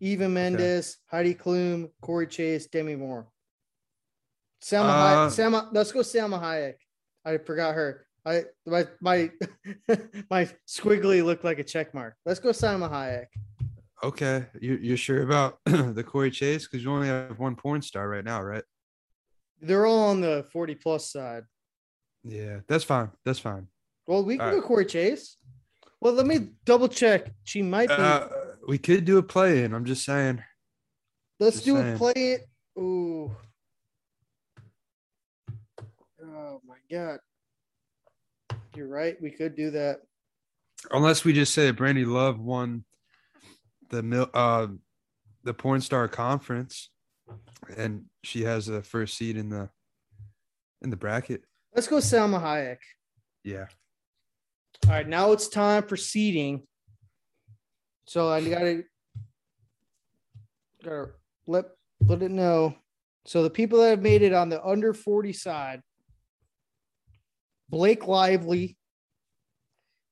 [SPEAKER 4] Eva Mendes, Heidi Klum, Corey Chase, Demi Moore. Selma,
[SPEAKER 5] Uh,
[SPEAKER 4] Hayek, Selma, let's go Selma Hayek. I forgot her. I my my my squiggly looked like a check mark. Let's go Selma Hayek.
[SPEAKER 5] Okay. You, you're sure about the Corey Chase? Because you only have one porn star right now, right?
[SPEAKER 4] They're all on the 40 plus side.
[SPEAKER 5] Yeah, that's fine. That's fine.
[SPEAKER 4] Well, we can
[SPEAKER 5] All
[SPEAKER 4] go
[SPEAKER 5] right.
[SPEAKER 4] Corey Chase. Well, let me double check. She might be.
[SPEAKER 5] Uh, we could do a play in. I'm just saying.
[SPEAKER 4] Let's
[SPEAKER 5] Just
[SPEAKER 4] do
[SPEAKER 5] saying.
[SPEAKER 4] a play it. Ooh. Oh my god. You're right. We could do that.
[SPEAKER 5] Unless we just say that Brandy Love won the mil- uh, the porn star conference, and she has the first seed in the in the bracket.
[SPEAKER 4] Let's go Salma Hayek.
[SPEAKER 5] Yeah.
[SPEAKER 4] All right, now it's time for seeding. So I gotta gotta let let it know. So the people that have made it on the under 40 side, Blake Lively,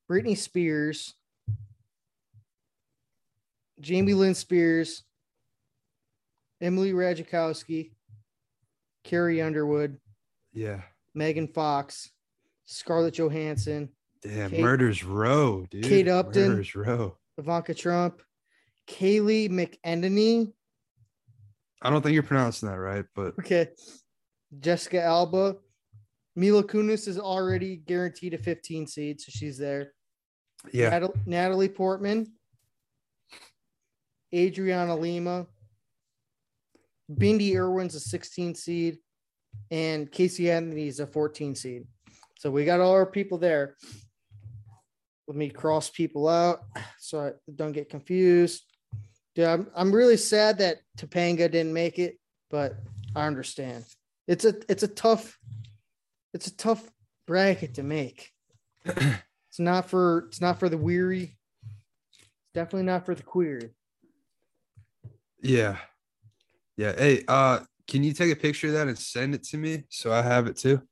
[SPEAKER 4] Britney Spears, Jamie Lynn Spears, Emily Radzikowski, Carrie Underwood,
[SPEAKER 5] Yeah.
[SPEAKER 4] Megan Fox, Scarlett Johansson,
[SPEAKER 5] Damn,
[SPEAKER 4] Kate-
[SPEAKER 5] Murders Row, dude.
[SPEAKER 4] Kate Upton.
[SPEAKER 5] Murders Row.
[SPEAKER 4] Ivanka Trump, Kaylee McEnany,
[SPEAKER 5] I don't think you're pronouncing that right, but
[SPEAKER 4] okay, Jessica Alba, Mila Kunis is already guaranteed a 15 seed, so she's there.
[SPEAKER 5] yeah,
[SPEAKER 4] Natal- Natalie Portman, Adriana Lima, Bindi Irwin's a 16 seed, and Casey Anthony's a 14 seed. So we got all our people there. Let me cross people out so I don't get confused. Dude, I'm, I'm really sad that Topanga didn't make it, but I understand. It's a it's a tough it's a tough bracket to make. It's not for it's not for the weary. It's definitely not for the queer.
[SPEAKER 5] yeah, yeah. Hey, uh, can you take a picture of that and send it to me so I have it too?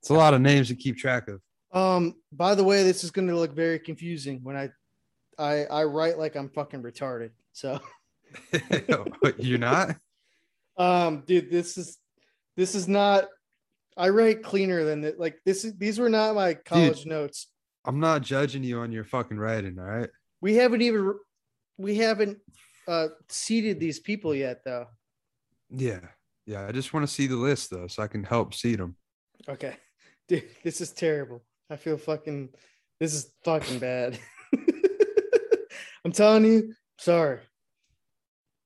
[SPEAKER 5] It's a lot of names to keep track of.
[SPEAKER 4] Um, by the way, this is gonna look very confusing when I I I write like I'm fucking retarded. So
[SPEAKER 5] What, you're not?
[SPEAKER 4] um dude, this is this is not I write cleaner than that. Like this is these were not my college notes.
[SPEAKER 5] I'm not judging you on your fucking writing, all right?
[SPEAKER 4] We haven't even we haven't uh seated these people yet though.
[SPEAKER 5] Yeah, yeah. I just want to see the list though, so I can help seed them.
[SPEAKER 4] Okay. Dude, this is terrible. I feel fucking this is fucking bad. I'm telling you, sorry.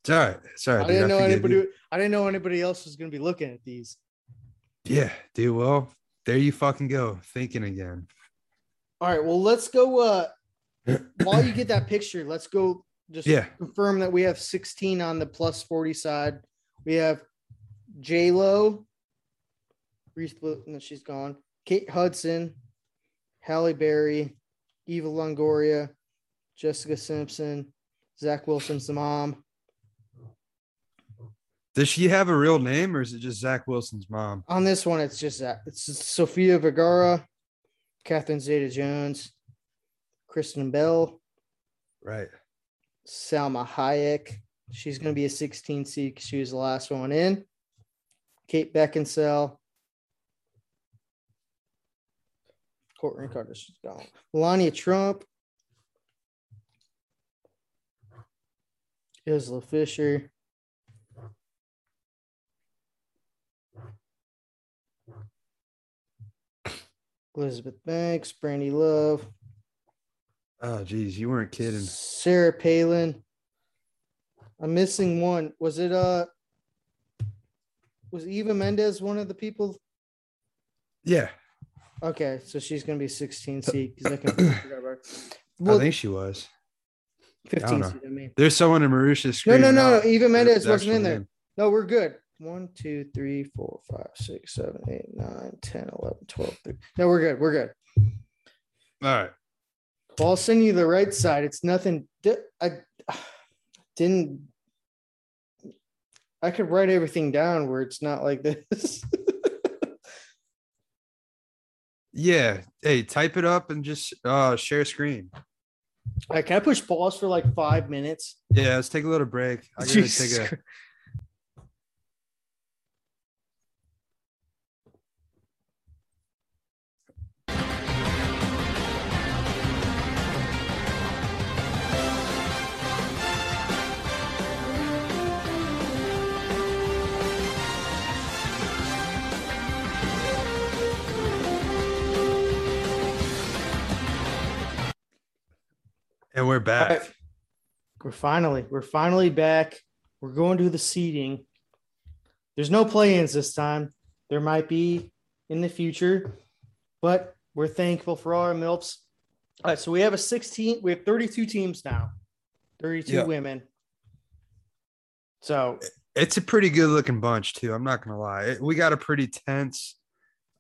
[SPEAKER 5] It's all right. It's all right.
[SPEAKER 4] I
[SPEAKER 5] dude.
[SPEAKER 4] didn't know
[SPEAKER 5] forgive you.
[SPEAKER 4] anybody I didn't know anybody else was gonna be looking at these.
[SPEAKER 5] Yeah, dude. Well, there you fucking go, thinking again.
[SPEAKER 4] All right, well let's go uh while you get that picture, let's go just
[SPEAKER 5] Yeah.
[SPEAKER 4] confirm that we have 16 on the plus 40 side. We have J Lo, Reese, Bl- no, she's gone. Kate Hudson, Halle Berry, Eva Longoria, Jessica Simpson, Zach Wilson's mom.
[SPEAKER 5] Does she have a real name or is it just Zach Wilson's mom?
[SPEAKER 4] On this one, it's just that it's just Sophia Vergara, Catherine Zeta Jones, Kristen Bell,
[SPEAKER 5] Right.
[SPEAKER 4] Salma Hayek. She's going to be a 16 seed because she was the last one in. Kate Beckinsale. Courtney Carter's gone. Melania Trump. Isla Fisher. Elizabeth Banks, Brandy Love,
[SPEAKER 5] Oh, geez, you weren't kidding.
[SPEAKER 4] Sarah Palin. I'm missing one. Was it uh was Eva Mendes one of the people?
[SPEAKER 5] Yeah,
[SPEAKER 4] Okay, so she's gonna be 16 seed because I can forgot about her. Well,
[SPEAKER 5] I think she was.
[SPEAKER 4] 15
[SPEAKER 5] know.
[SPEAKER 4] seed, I mean.
[SPEAKER 5] There's someone in Mauritius.
[SPEAKER 4] No, no,
[SPEAKER 5] screaming
[SPEAKER 4] no,
[SPEAKER 5] out
[SPEAKER 4] no. Eva
[SPEAKER 5] the-
[SPEAKER 4] Mendes
[SPEAKER 5] the
[SPEAKER 4] wasn't
[SPEAKER 5] actual
[SPEAKER 4] in there.
[SPEAKER 5] name.
[SPEAKER 4] No, we're good. 1, 2, 3, 4, 5, 6, 7, 8, 9, 10, 11, 12, 13. No, we're good. We're good.
[SPEAKER 5] All right.
[SPEAKER 4] Well, I'll send you the right side. It's nothing. di- I didn't. I could write everything down where it's not like this.
[SPEAKER 5] Yeah. Hey, type it up and just uh share screen.
[SPEAKER 4] like, can I push pause for like five minutes?
[SPEAKER 5] Yeah, let's take a little break. I gotta
[SPEAKER 4] Jesus
[SPEAKER 5] take a
[SPEAKER 4] Christ.
[SPEAKER 5] and we're back.
[SPEAKER 4] Alright. We're finally, we're finally back. We're going to the seating. There's no play-ins this time. There might be in the future, but we're thankful for all our MILFs. All right, so we have a 16, we have 32 teams now, 32
[SPEAKER 5] Yeah.
[SPEAKER 4] women. So
[SPEAKER 5] It's a pretty good looking bunch, too. I'm not gonna lie. It- we got a pretty tense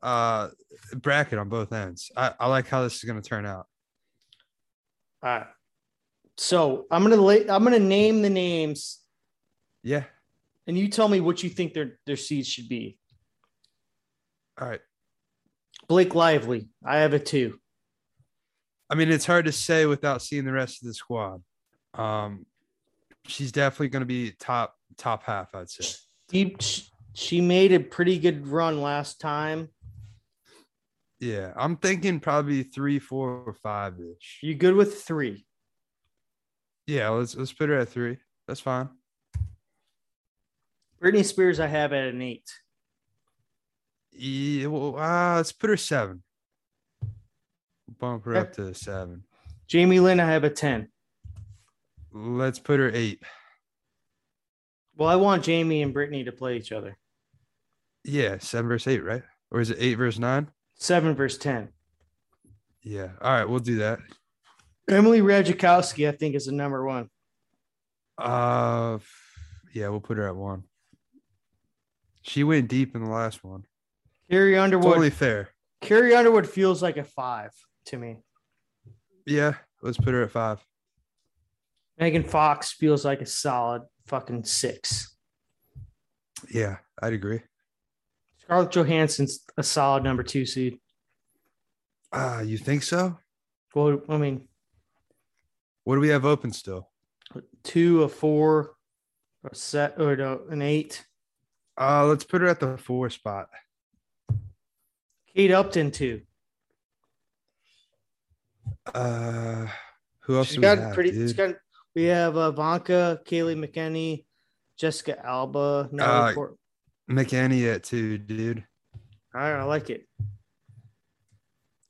[SPEAKER 5] uh bracket on both ends. I, I like how this is gonna turn out.
[SPEAKER 4] All right. So I'm gonna la- I'm gonna name the names,
[SPEAKER 5] Yeah.
[SPEAKER 4] and you tell me what you think their their seeds should be.
[SPEAKER 5] All right.
[SPEAKER 4] Blake Lively, I have a two.
[SPEAKER 5] I mean, it's hard to say without seeing the rest of the squad. Um she's definitely gonna be top top half, I'd say.
[SPEAKER 4] She she made a pretty good run last time.
[SPEAKER 5] Yeah, I'm thinking probably three, four, or five ish.
[SPEAKER 4] You good with three?
[SPEAKER 5] Yeah, let's let's put her at three. That's fine.
[SPEAKER 4] Britney Spears, I have at an eight.
[SPEAKER 5] Yeah, well, uh, let's put her seven. Bump her up to seven.
[SPEAKER 4] Jamie Lynn, I have a ten.
[SPEAKER 5] Let's put her eight.
[SPEAKER 4] Well, I want Jamie and Brittany to play each other.
[SPEAKER 5] Yeah, seven versus eight, right? Or is it eight versus nine?
[SPEAKER 4] Seven versus ten.
[SPEAKER 5] Yeah. All right, we'll do that.
[SPEAKER 4] Emily Radzikowski, I think, is the number one.
[SPEAKER 5] Uh, yeah, we'll put her at one. She went deep in the last one.
[SPEAKER 4] Carrie Underwood.
[SPEAKER 5] Totally fair.
[SPEAKER 4] Carrie Underwood feels like a five to me.
[SPEAKER 5] Yeah, let's put her at five.
[SPEAKER 4] Megan Fox feels like a solid fucking six.
[SPEAKER 5] Yeah, I'd agree.
[SPEAKER 4] Scarlett Johansson's a solid number two seed.
[SPEAKER 5] Uh, you think so?
[SPEAKER 4] Well, I mean,
[SPEAKER 5] What do we have open still?
[SPEAKER 4] two, a four, a set, or no, an eight.
[SPEAKER 5] Uh, let's put her at the four spot.
[SPEAKER 4] Kate Upton, two.
[SPEAKER 5] Uh, who else?
[SPEAKER 4] She's
[SPEAKER 5] do
[SPEAKER 4] got
[SPEAKER 5] we have,
[SPEAKER 4] pretty.
[SPEAKER 5] dude?
[SPEAKER 4] She's got, we have Ivanka, Kaylee McKenney, Jessica Alba. No,
[SPEAKER 5] Uh,
[SPEAKER 4] Cor-
[SPEAKER 5] McAney at two, dude.
[SPEAKER 4] I don't know, I like it.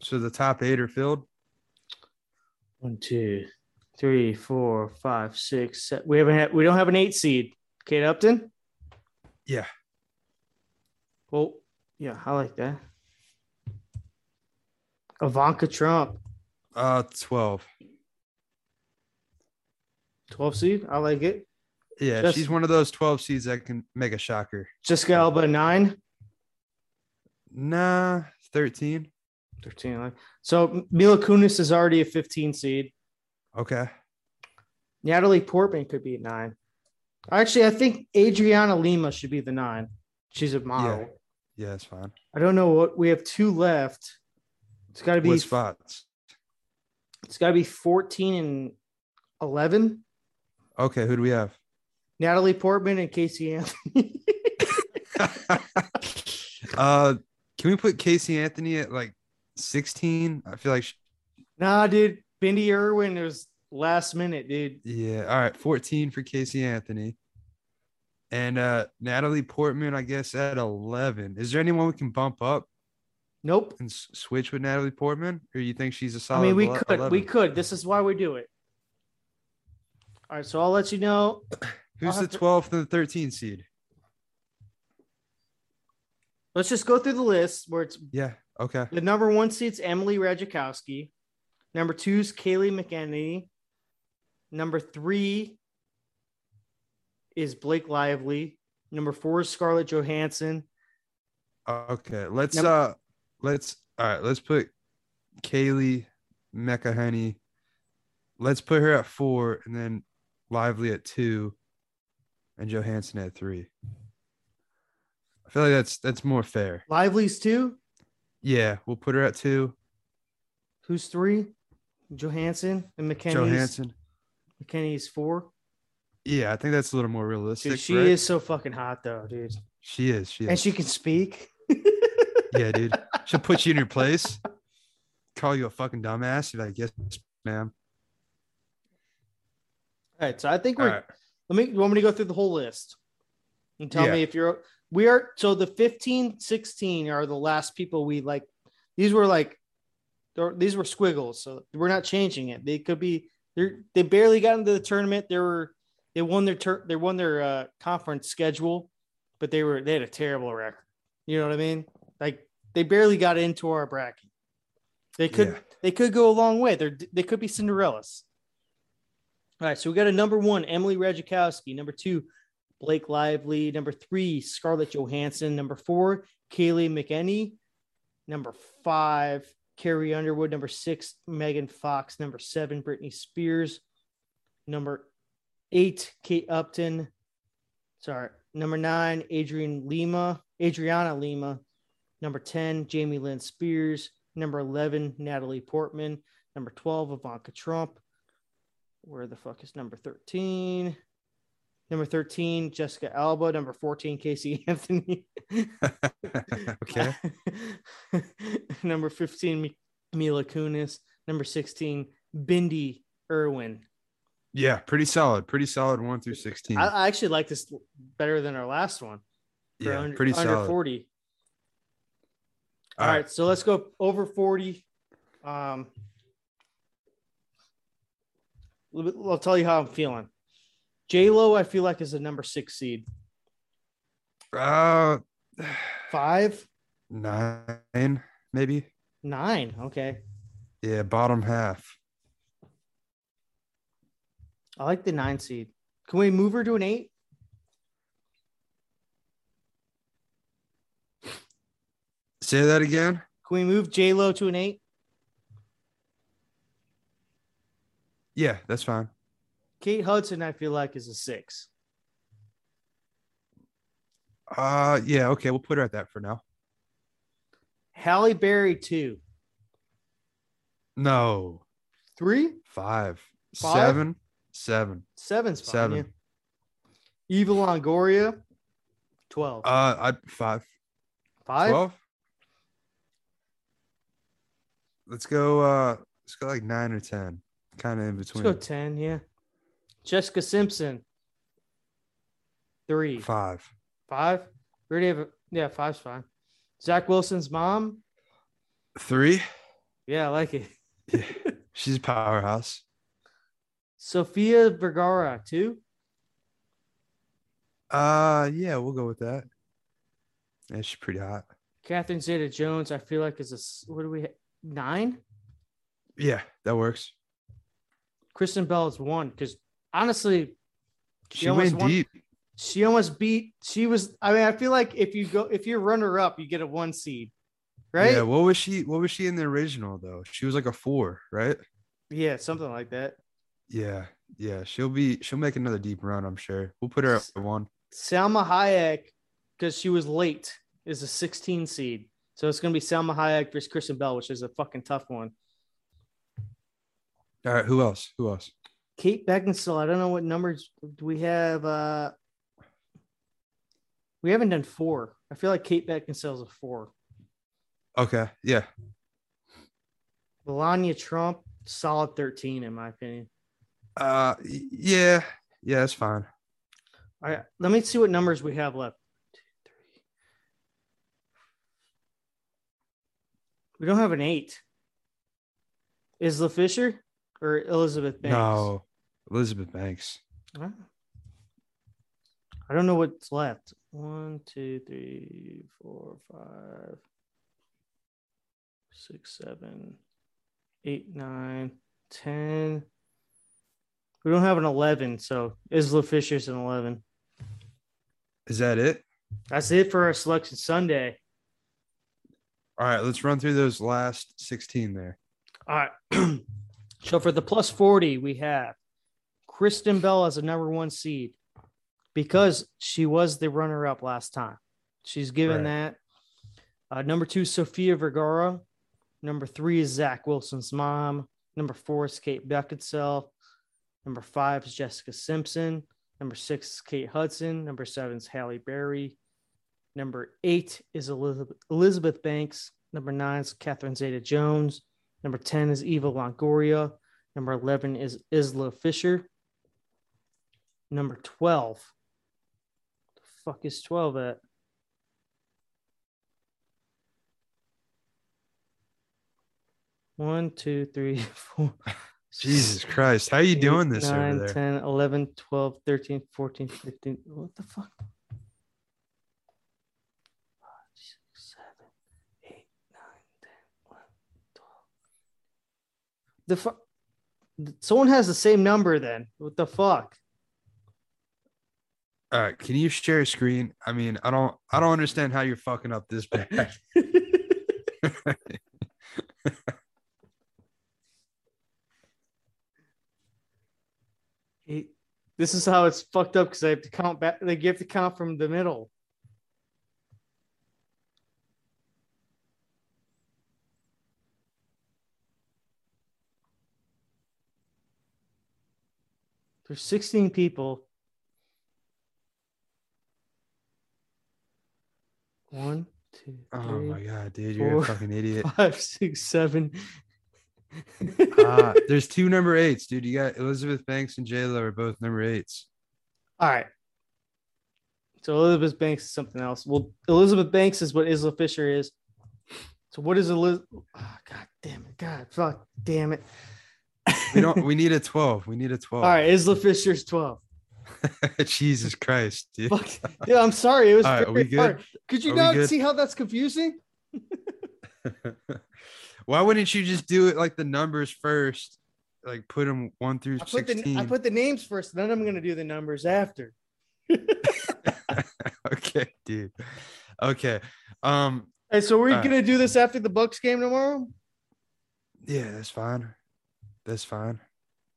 [SPEAKER 5] So the top eight are filled.
[SPEAKER 4] One, two, three, four, five, six, seven. We haven't had, we don't have an eight seed. Kate Upton?
[SPEAKER 5] Yeah.
[SPEAKER 4] Well, yeah, I like that. Ivanka Trump,
[SPEAKER 5] Uh, twelve.
[SPEAKER 4] 12 seed. I like it.
[SPEAKER 5] Yeah,
[SPEAKER 4] Just-
[SPEAKER 5] she's one of those twelve seeds that can make a shocker.
[SPEAKER 4] Jessica Alba, nine.
[SPEAKER 5] Nah, thirteen.
[SPEAKER 4] 13. I like- So Mila Kunis is already a 15 seed.
[SPEAKER 5] Okay.
[SPEAKER 4] Natalie Portman could be at nine. Actually, I think Adriana Lima should be the nine. She's a model.
[SPEAKER 5] Yeah, that's fine.
[SPEAKER 4] I don't know what we have two left. It's got to be
[SPEAKER 5] What spots?
[SPEAKER 4] it's got to be 14 and 11.
[SPEAKER 5] Okay, who do we have?
[SPEAKER 4] Natalie Portman and Casey Anthony.
[SPEAKER 5] uh, can we put Casey Anthony at like 16? I feel like, sh-
[SPEAKER 4] Nah, dude. Bindi Irwin was last minute, dude.
[SPEAKER 5] yeah. All right. 14 for Casey Anthony. And uh, Natalie Portman, I guess, at 11. Is there anyone we can bump up
[SPEAKER 4] Nope.
[SPEAKER 5] and s- switch with Natalie Portman? Or you think she's a
[SPEAKER 4] I
[SPEAKER 5] solid?
[SPEAKER 4] mean, we
[SPEAKER 5] ele-
[SPEAKER 4] could. We
[SPEAKER 5] 11?
[SPEAKER 4] could. This is why we do it. All right. So I'll let you know.
[SPEAKER 5] Who's
[SPEAKER 4] I'll
[SPEAKER 5] the
[SPEAKER 4] have to-
[SPEAKER 5] 12th and the 13th seed?
[SPEAKER 4] Let's just go through the list where it's
[SPEAKER 5] Yeah. Okay.
[SPEAKER 4] The number one seat's Emily Radzikowski. Number two's Kaylee McEnany. Number three is Blake Lively. Number four is Scarlett Johansson.
[SPEAKER 5] Okay, let's
[SPEAKER 4] Number-
[SPEAKER 5] uh let's all right, let's put Kaylee Mecca Honey. Let's put her at four and then Lively at two and Johansson at three. I feel like that's that's more fair.
[SPEAKER 4] Lively's two.
[SPEAKER 5] Yeah, we'll put her at two.
[SPEAKER 4] Who's three? Johansson and McKenny's
[SPEAKER 5] Johansson.
[SPEAKER 4] McKenny's four.
[SPEAKER 5] Yeah, I think that's a little more realistic.
[SPEAKER 4] Dude, she
[SPEAKER 5] right?
[SPEAKER 4] is so fucking hot though, dude.
[SPEAKER 5] she is, she
[SPEAKER 4] And
[SPEAKER 5] is.
[SPEAKER 4] she can speak.
[SPEAKER 5] yeah, dude. She'll put you in your place, call you a fucking dumbass. You're like, yes, ma'am.
[SPEAKER 4] All right, so I think
[SPEAKER 5] All
[SPEAKER 4] we're
[SPEAKER 5] right.
[SPEAKER 4] Let me. You want me to go through the whole list and tell
[SPEAKER 5] Yeah.
[SPEAKER 4] me if you're. We are so the 15, 16 are the last people we like. These were like, they're- these were squiggles, so we're not changing it. They could be. They are they barely got into the tournament. They were they won their tur- they won their uh, conference schedule, but they were they had a terrible record. You know what I mean? Like they barely got into our bracket. They could
[SPEAKER 5] Yeah.
[SPEAKER 4] they could go a long way. They're they could be Cinderellas. All right, so we got a number one, Emily Radzikowski. Number two, Blake Lively. Number three, Scarlett Johansson. Number four, Kaylee McEnany. Number five, Carrie Underwood. Number six, Megan Fox. Number seven, Britney Spears. Number eight, Kate Upton. Sorry. Number nine, Adrian Lima, Adriana Lima. Number 10, Jamie Lynn Spears. Number 11, Natalie Portman. Number 12, Ivanka Trump. Where the fuck is number 13? Number 13, Jessica Alba. Number 14, Casey Anthony.
[SPEAKER 5] okay.
[SPEAKER 4] number 15, Mi- Mila Kunis. Number 16, Bindi Irwin.
[SPEAKER 5] Yeah, pretty solid. Pretty solid one through sixteen.
[SPEAKER 4] I, I actually like this better than our last one. for
[SPEAKER 5] yeah,
[SPEAKER 4] under,
[SPEAKER 5] pretty
[SPEAKER 4] under
[SPEAKER 5] solid.
[SPEAKER 4] 40.
[SPEAKER 5] All
[SPEAKER 4] All
[SPEAKER 5] right.
[SPEAKER 4] right, so let's go over 40. Um, l- I'll tell you how I'm feeling. J Lo, I feel like is the number six seed.
[SPEAKER 5] Uh,
[SPEAKER 4] Five,
[SPEAKER 5] nine, maybe.
[SPEAKER 4] nine. Okay,
[SPEAKER 5] Yeah, bottom half.
[SPEAKER 4] I like the nine seed. Can we move her to an eight?
[SPEAKER 5] Say that again.
[SPEAKER 4] Can we move J Lo to an eight?
[SPEAKER 5] Yeah, that's fine.
[SPEAKER 4] Kate Hudson, I feel like is a six.
[SPEAKER 5] Uh, yeah, okay, we'll put her at that for now.
[SPEAKER 4] Halle Berry two,
[SPEAKER 5] No,
[SPEAKER 4] three,
[SPEAKER 5] five,
[SPEAKER 4] Five?
[SPEAKER 5] seven, seven.
[SPEAKER 4] seven's fine.
[SPEAKER 5] Seven.
[SPEAKER 4] yeah. Eva Longoria, twelve.
[SPEAKER 5] Uh, I five,
[SPEAKER 4] Five.
[SPEAKER 5] twelve. Let's go. Uh, let's go like nine or ten, kind of in
[SPEAKER 4] Let's go
[SPEAKER 5] between.
[SPEAKER 4] 10, yeah. Jessica Simpson. Three. Five.
[SPEAKER 5] Five.
[SPEAKER 4] We already have a, yeah, five's fine. Zach Wilson's mom.
[SPEAKER 5] Three.
[SPEAKER 4] Yeah, I like it.
[SPEAKER 5] She's a powerhouse.
[SPEAKER 4] Sophia Vergara, two.
[SPEAKER 5] Uh, yeah, we'll go with that. Yeah, she's pretty hot.
[SPEAKER 4] Catherine Zeta Jones, I feel like is a s- what do we ha- nine?
[SPEAKER 5] Yeah, that works.
[SPEAKER 4] Kristen Bell is one because honestly,
[SPEAKER 5] She
[SPEAKER 4] almost
[SPEAKER 5] went
[SPEAKER 4] won-
[SPEAKER 5] deep.
[SPEAKER 4] she almost beat she was I mean, I feel like if you go if you're runner up, you get a one seed, right?
[SPEAKER 5] Yeah, what was she? What was she in the original though? She was like a four, right?
[SPEAKER 4] yeah something like that.
[SPEAKER 5] Yeah, yeah. She'll be. She'll make another deep run. I'm sure. We'll put her at one.
[SPEAKER 4] Salma Hayek, because she was late, is a 16 seed. So it's going to be Salma Hayek versus Kristen Bell, which is a fucking tough one.
[SPEAKER 5] All right. Who else? Who else?
[SPEAKER 4] Kate Beckinsale, I don't know what numbers do we have. Uh, We haven't done four. I feel like Kate Beckinsale's a four.
[SPEAKER 5] Okay. Yeah.
[SPEAKER 4] Melania Trump, solid 13, in my opinion.
[SPEAKER 5] Uh. y- Yeah. Yeah. That's fine.
[SPEAKER 4] All right. Let me see what numbers we have left. Two, three. We don't have an eight. Isla Fisher or Elizabeth Banks?
[SPEAKER 5] No. Elizabeth Banks.
[SPEAKER 4] Huh? I don't know what's left. One, two, three, four, five, six, seven, eight, nine, ten. We don't have an eleven, so Isla Fisher's an eleven.
[SPEAKER 5] Is that it?
[SPEAKER 4] That's it for our selection Sunday.
[SPEAKER 5] All right. Let's run through those last sixteen there.
[SPEAKER 4] All right. so for the plus 40, we have Kristen Bell as a number one seed because she was the runner up last time. She's given that. Uh, number two, Sophia Vergara. Number three is Zach Wilson's mom. Number four is Kate Beckinsale. Number five is Jessica Simpson. Number six is Kate Hudson. Number seven is Halle Berry. Number eight is Elizabeth, Elizabeth Banks. Number nine is Catherine Zeta Jones. Number 10 is Eva Longoria. Number 11 is Isla Fisher. Number 12. The fuck is 12 at? One, two, three, four.
[SPEAKER 5] Jesus Christ. How you
[SPEAKER 4] eight,
[SPEAKER 5] doing this
[SPEAKER 4] nine,
[SPEAKER 5] over there?
[SPEAKER 4] 10, 11, 12, 13, 14, 15. What the fuck? Five, six, seven, eight, nine, 10, 11, 12. The fuck? Someone has the same number then. What the fuck?
[SPEAKER 5] All right. Can you share a screen? I mean, I don't. I don't understand how you're fucking up this bad.
[SPEAKER 4] Eight. This is how it's fucked up because I have to count back. Like you have to count from the middle. There's 16 people. One, two,
[SPEAKER 5] Oh
[SPEAKER 4] three,
[SPEAKER 5] my god, dude, you're
[SPEAKER 4] four,
[SPEAKER 5] a fucking idiot.
[SPEAKER 4] five, six, seven.
[SPEAKER 5] Ah, there's two number eights, dude. You got Elizabeth Banks and J Lo are both number eights.
[SPEAKER 4] All right. So Elizabeth Banks is something else. Well, Elizabeth Banks is what Isla Fisher is. So what is Elizabeth? Oh, God damn it! God fuck damn it!
[SPEAKER 5] We don't. we need a twelve. We need a twelve.
[SPEAKER 4] All right, Isla Fisher's twelve.
[SPEAKER 5] Jesus Christ, dude.
[SPEAKER 4] Fuck. Yeah, I'm sorry. It was
[SPEAKER 5] All right, are we
[SPEAKER 4] very hard. Could you
[SPEAKER 5] Are we
[SPEAKER 4] not
[SPEAKER 5] good?
[SPEAKER 4] see how that's confusing?
[SPEAKER 5] Why wouldn't you just do it like the numbers first? Like put them one through
[SPEAKER 4] I put
[SPEAKER 5] sixteen.
[SPEAKER 4] the I put the names first, then I'm gonna do the numbers after.
[SPEAKER 5] okay, dude. Okay. Um.
[SPEAKER 4] Hey, so we're
[SPEAKER 5] All right.
[SPEAKER 4] gonna do this after the Bucks game tomorrow.
[SPEAKER 5] Yeah, that's fine. That's fine.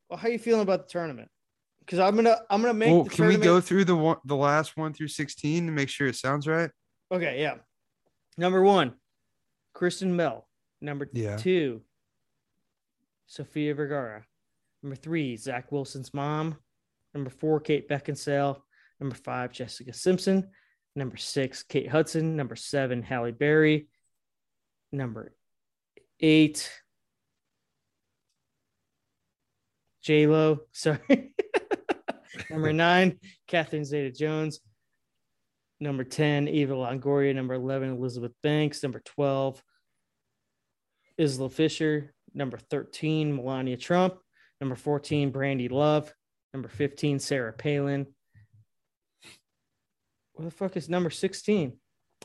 [SPEAKER 4] Well, how you feeling about the tournament? Because I'm gonna I'm gonna make.
[SPEAKER 5] well,
[SPEAKER 4] the
[SPEAKER 5] can we
[SPEAKER 4] tournament-
[SPEAKER 5] go through the one, the last one through sixteen to make sure it sounds right?
[SPEAKER 4] Okay, yeah. Number one, Kristen Bell. Number
[SPEAKER 5] Yeah.
[SPEAKER 4] two, Sophia Vergara. Number three, Zach Wilson's mom. Number four, Kate Beckinsale. Number five, Jessica Simpson. Number six, Kate Hudson. Number seven, Halle Berry. Number eight, J Lo. Sorry. Number nine, Catherine Zeta Jones. Number 10, Eva Longoria. Number 11, Elizabeth Banks. Number 12, Isla Fisher. Number 13, Melania Trump. Number 14, Brandy Love. Number 15, Sarah Palin. Where the fuck is number 16?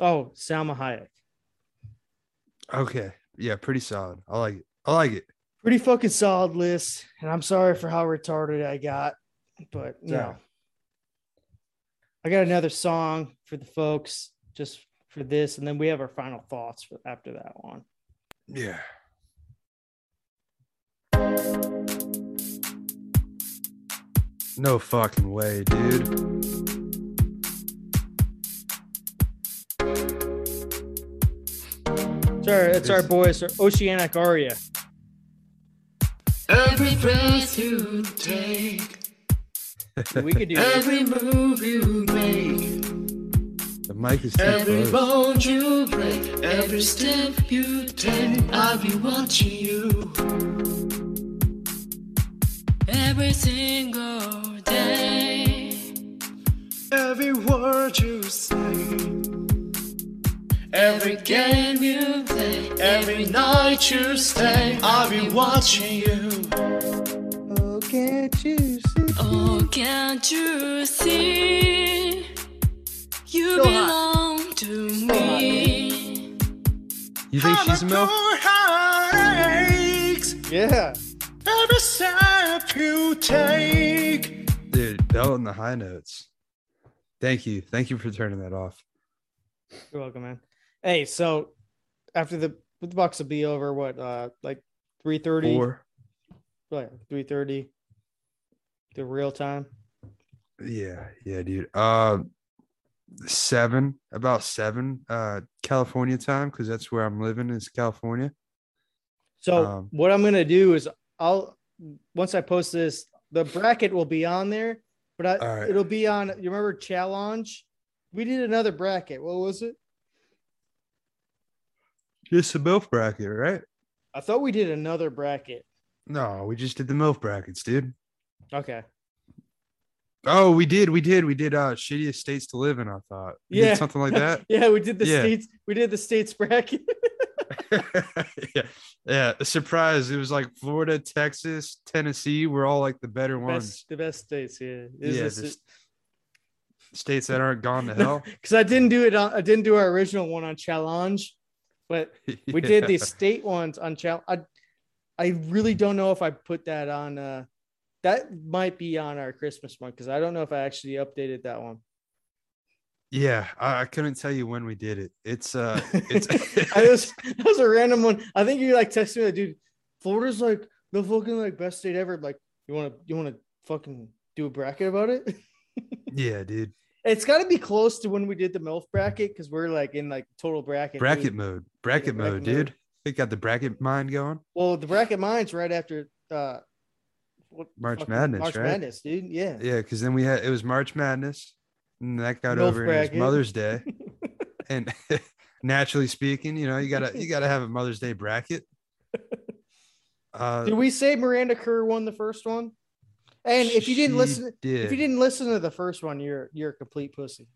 [SPEAKER 4] Oh, Salma Hayek.
[SPEAKER 5] Okay. Yeah, pretty solid. I like it. I like it.
[SPEAKER 4] Pretty fucking solid list. And I'm sorry for how retarded I got, but you
[SPEAKER 5] Yeah.
[SPEAKER 4] know. I got another song for the folks just for this. And then we have our final thoughts for, after that one.
[SPEAKER 5] Yeah. No fucking way, dude.
[SPEAKER 4] Sorry, it's our boys, our Oceanic Aria.
[SPEAKER 9] Every breath you take,
[SPEAKER 4] We could do
[SPEAKER 9] every move you make,
[SPEAKER 5] The mic is
[SPEAKER 2] Every
[SPEAKER 5] too close.
[SPEAKER 2] bone you break, every step you take, I'll be watching you. Every single day, every word you say, every game you play, every night you stay, I'll be watching you.
[SPEAKER 10] Oh, can't you see?
[SPEAKER 2] Oh, can't you see? You
[SPEAKER 10] So
[SPEAKER 2] belong
[SPEAKER 10] hot.
[SPEAKER 2] to
[SPEAKER 10] So hot,
[SPEAKER 2] me.
[SPEAKER 5] You think she's a MILF?
[SPEAKER 2] heartaches,
[SPEAKER 10] Yeah.
[SPEAKER 2] every step you take.
[SPEAKER 5] Dude, Bell in the high notes. Thank you. Thank you for turning that off.
[SPEAKER 4] You're welcome, man. Hey, so after the the Bucks will be over, what uh like three thirty?
[SPEAKER 5] Four.
[SPEAKER 4] Right, three thirty. The real time.
[SPEAKER 5] Yeah, yeah, dude. Uh, seven, about seven, uh, California time, because that's where I'm living is California.
[SPEAKER 4] So
[SPEAKER 5] Um,
[SPEAKER 4] what I'm gonna do is I'll once I post this, the bracket will be on there, but I,
[SPEAKER 5] All right.
[SPEAKER 4] it'll be on. You remember challenge? We did another bracket. What was it?
[SPEAKER 5] Just the MILF bracket, right?
[SPEAKER 4] I thought we did another bracket.
[SPEAKER 5] No, we just did the MILF brackets, dude.
[SPEAKER 4] Okay.
[SPEAKER 5] Oh, we did, we did, we did. Uh, shittiest states to live in. I thought, We did
[SPEAKER 4] Yeah.
[SPEAKER 5] something like that.
[SPEAKER 4] yeah, we did the
[SPEAKER 5] Yeah.
[SPEAKER 4] states. We did the states bracket.
[SPEAKER 5] yeah, yeah. Surprise! It was like Florida, Texas, Tennessee. We're all like the better ones.
[SPEAKER 4] best, the best states. Yeah.
[SPEAKER 5] yeah,
[SPEAKER 4] Is
[SPEAKER 5] the
[SPEAKER 4] this-
[SPEAKER 5] s- states that aren't gone to hell.
[SPEAKER 4] because I didn't do it. On, I didn't do our original one on challenge, but we did the
[SPEAKER 5] Yeah.
[SPEAKER 4] state ones on challenge. I, I really don't know if I put that on. Uh, that might be on our Christmas one because I don't know if I actually updated that one.
[SPEAKER 5] Yeah, I, I couldn't tell you when we did it. It's uh, it's
[SPEAKER 4] I was that was a random one. I think you like texted me like, dude, Florida's like the fucking like best state ever. Like, you want to you want to fucking do a bracket about it?
[SPEAKER 5] yeah, dude.
[SPEAKER 4] it's got to be close to when we did the MILF bracket because we're like in like total bracket mood.
[SPEAKER 5] Bracket mode, bracket
[SPEAKER 4] bracket
[SPEAKER 5] mode,
[SPEAKER 4] mode.
[SPEAKER 5] dude. They got the bracket mind going.
[SPEAKER 4] Well, the bracket mine's right after uh what the
[SPEAKER 5] March
[SPEAKER 4] fuck was-
[SPEAKER 5] Madness,
[SPEAKER 4] March
[SPEAKER 5] right?
[SPEAKER 4] Madness, dude. Yeah.
[SPEAKER 5] Yeah, because then we had it was March Madness, and that got
[SPEAKER 4] Milf
[SPEAKER 5] over. and it was
[SPEAKER 4] bracket.
[SPEAKER 5] Mother's Day, and naturally speaking, you know, you gotta you gotta have a Mother's Day bracket. Uh,
[SPEAKER 4] Did we say Miranda Kerr won the first one? And if you didn't
[SPEAKER 5] she
[SPEAKER 4] listen, if you
[SPEAKER 5] did.
[SPEAKER 4] didn't listen to the first one, you're you're a complete pussy.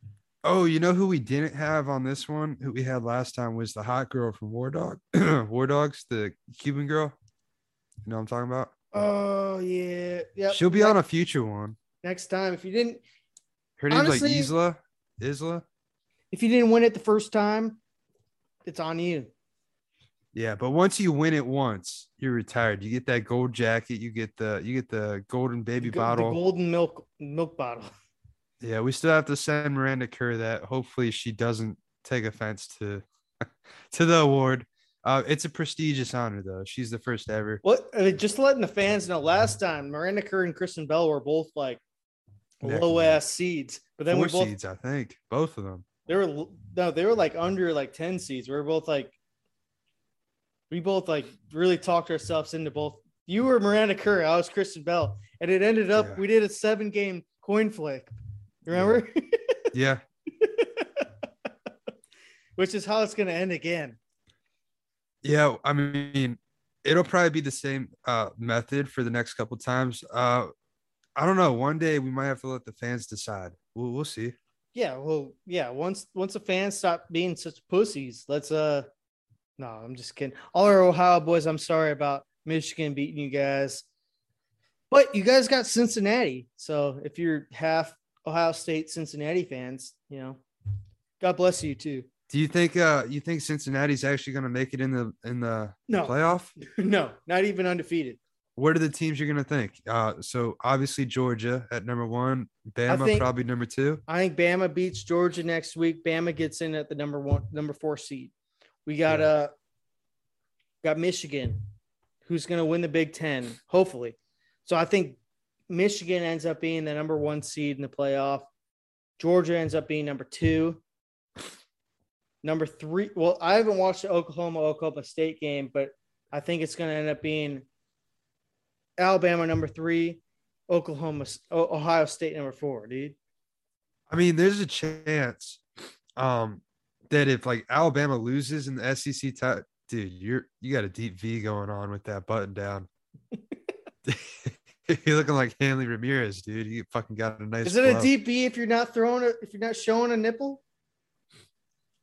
[SPEAKER 5] Oh, you know who we didn't have on this one? Who we had last time was the hot girl from War Dog, War Dogs, the Cuban girl. You know what I'm talking about?
[SPEAKER 4] Oh yeah, yeah.
[SPEAKER 5] She'll be on a future one.
[SPEAKER 4] next time. If you didn't,
[SPEAKER 5] Her name's
[SPEAKER 4] Honestly-
[SPEAKER 5] like Isla. Isla.
[SPEAKER 4] if you didn't win it the first time, it's on you.
[SPEAKER 5] Yeah, but once you win it once, you're retired. You get that gold jacket. You get the you get the golden baby
[SPEAKER 4] Go-
[SPEAKER 5] bottle.
[SPEAKER 4] the golden milk milk bottle.
[SPEAKER 5] Yeah, we still have to send Miranda Kerr that. Hopefully, she doesn't take offense to to the award. Uh, it's a prestigious honor, though. She's the first ever.
[SPEAKER 4] What? I mean, just letting the fans know. Last time, Miranda Kerr and Kristen Bell were both like
[SPEAKER 5] Neck and
[SPEAKER 4] low
[SPEAKER 5] neck.
[SPEAKER 4] ass seeds, but then
[SPEAKER 5] Four
[SPEAKER 4] we both
[SPEAKER 5] seeds, I think, both of them.
[SPEAKER 4] They were l- no, they were like under like ten seeds. We were both like, we both like really talked ourselves into both. You were Miranda Kerr, I was Kristen Bell, and it ended up
[SPEAKER 5] Yeah.
[SPEAKER 4] we did a seven game coin flip. Remember?
[SPEAKER 5] Yeah,
[SPEAKER 4] Which is how it's gonna end again.
[SPEAKER 5] yeah. I mean, it'll probably be the same uh, method for the next couple times. Uh, I don't know. One day we might have to let the fans decide. We'll, we'll see.
[SPEAKER 4] Yeah, well, yeah. Once once the fans stop being such pussies, let's uh, no, I'm just kidding. All our Ohio boys, I'm sorry about Michigan beating you guys, but you guys got Cincinnati. So if you're half Ohio State Cincinnati fans, you know, God bless you too.
[SPEAKER 5] Do you think uh you think Cincinnati's actually going to make it in the in the
[SPEAKER 4] No.
[SPEAKER 5] playoff?
[SPEAKER 4] no, not even undefeated.
[SPEAKER 5] What are the teams you're going to think? Uh so obviously Georgia at number 1, Bama
[SPEAKER 4] think-
[SPEAKER 5] probably number 2.
[SPEAKER 4] I think Bama beats Georgia next week. Bama gets in at the number one, number four seed. We got
[SPEAKER 5] Yeah.
[SPEAKER 4] uh got Michigan, who's going to win the Big Ten, hopefully. So I think Michigan ends up being the number one seed in the playoff. Georgia ends up being number two. Number three. Well, I haven't watched the Oklahoma Oklahoma State game, but I think it's going to end up being Alabama number three, Oklahoma, O- Ohio State number four, dude.
[SPEAKER 5] I mean, there's a chance um that if like Alabama loses in the SEC tie, dude, you're you got a deep V going on with that button down. you're looking like Hanley Ramirez, dude. You fucking got a nice.
[SPEAKER 4] Is it a
[SPEAKER 5] glove.
[SPEAKER 4] DP if you're not throwing a, if you're not showing a nipple?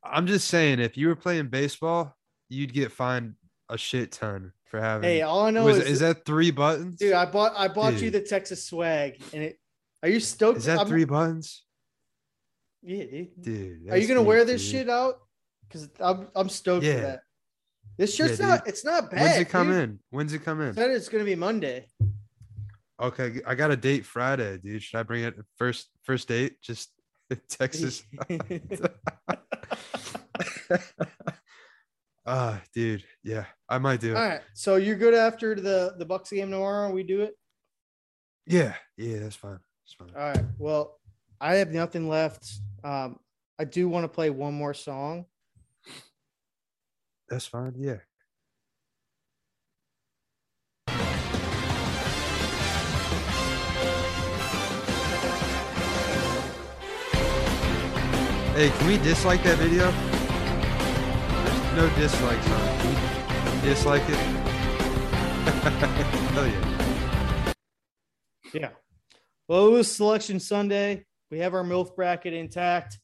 [SPEAKER 5] I'm just saying, if you were playing baseball, you'd get fined a shit ton for having.
[SPEAKER 4] Hey, all I know
[SPEAKER 5] Um, Was-
[SPEAKER 4] is,
[SPEAKER 5] is that three buttons?
[SPEAKER 4] dude, I bought I bought you
[SPEAKER 5] Dude.
[SPEAKER 4] the Texas swag, and it. Are you stoked?
[SPEAKER 5] is that
[SPEAKER 4] I'm-
[SPEAKER 5] three buttons,
[SPEAKER 4] Yeah, dude.
[SPEAKER 5] dude?
[SPEAKER 4] Are you
[SPEAKER 5] that's
[SPEAKER 4] gonna
[SPEAKER 5] deep,
[SPEAKER 4] wear this
[SPEAKER 5] dude.
[SPEAKER 4] shit out? Because I'm I'm stoked for
[SPEAKER 5] Yeah.
[SPEAKER 4] that. This shirt's
[SPEAKER 5] Yeah,
[SPEAKER 4] not it's not bad.
[SPEAKER 5] When's it come
[SPEAKER 4] dude.
[SPEAKER 5] in? When's it come in?
[SPEAKER 4] Said it's gonna be Monday.
[SPEAKER 5] Okay, g- I got a date Friday, dude. Should I bring it first first date? Just Texas. Ah, dude. Yeah, I might do
[SPEAKER 4] All
[SPEAKER 5] it.
[SPEAKER 4] right, so you're good after the the Bucks game tomorrow, and we do it.
[SPEAKER 5] Yeah, yeah, that's fine. That's fine.
[SPEAKER 4] All right. Well, I have nothing left. Um, I do want to play one more song.
[SPEAKER 5] That's fine. Yeah. Hey, can we dislike that video? There's no dislikes on it. Can we dislike it? Hell yeah.
[SPEAKER 7] Yeah.
[SPEAKER 4] Well, it was Selection Sunday. We have our MILF bracket intact.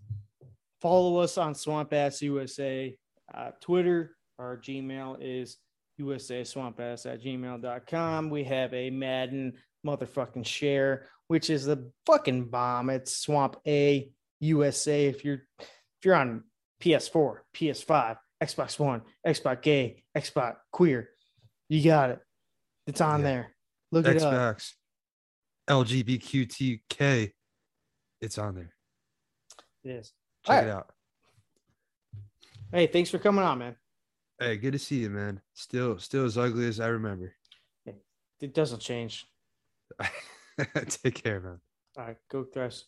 [SPEAKER 7] Follow us on Swamp Ass USA, uh, Twitter. Our Gmail is usaswampass at gmail.com. We have a Madden motherfucking share, which is the fucking bomb. It's Swamp A USA. If you're if you're on PS4, PS5, Xbox One, Xbox Gay, Xbox Queer, you got it. It's on
[SPEAKER 5] Yeah.
[SPEAKER 7] there. Look it up.
[SPEAKER 5] Xbox. LGBTQTK. It's on there.
[SPEAKER 7] It is. All
[SPEAKER 5] Check it
[SPEAKER 7] right.
[SPEAKER 5] out.
[SPEAKER 7] Hey, thanks for coming on, man.
[SPEAKER 5] Hey, good to see you, man. Still still as ugly as I remember.
[SPEAKER 7] It doesn't change.
[SPEAKER 5] Take care, man.
[SPEAKER 7] All right, go Thrust.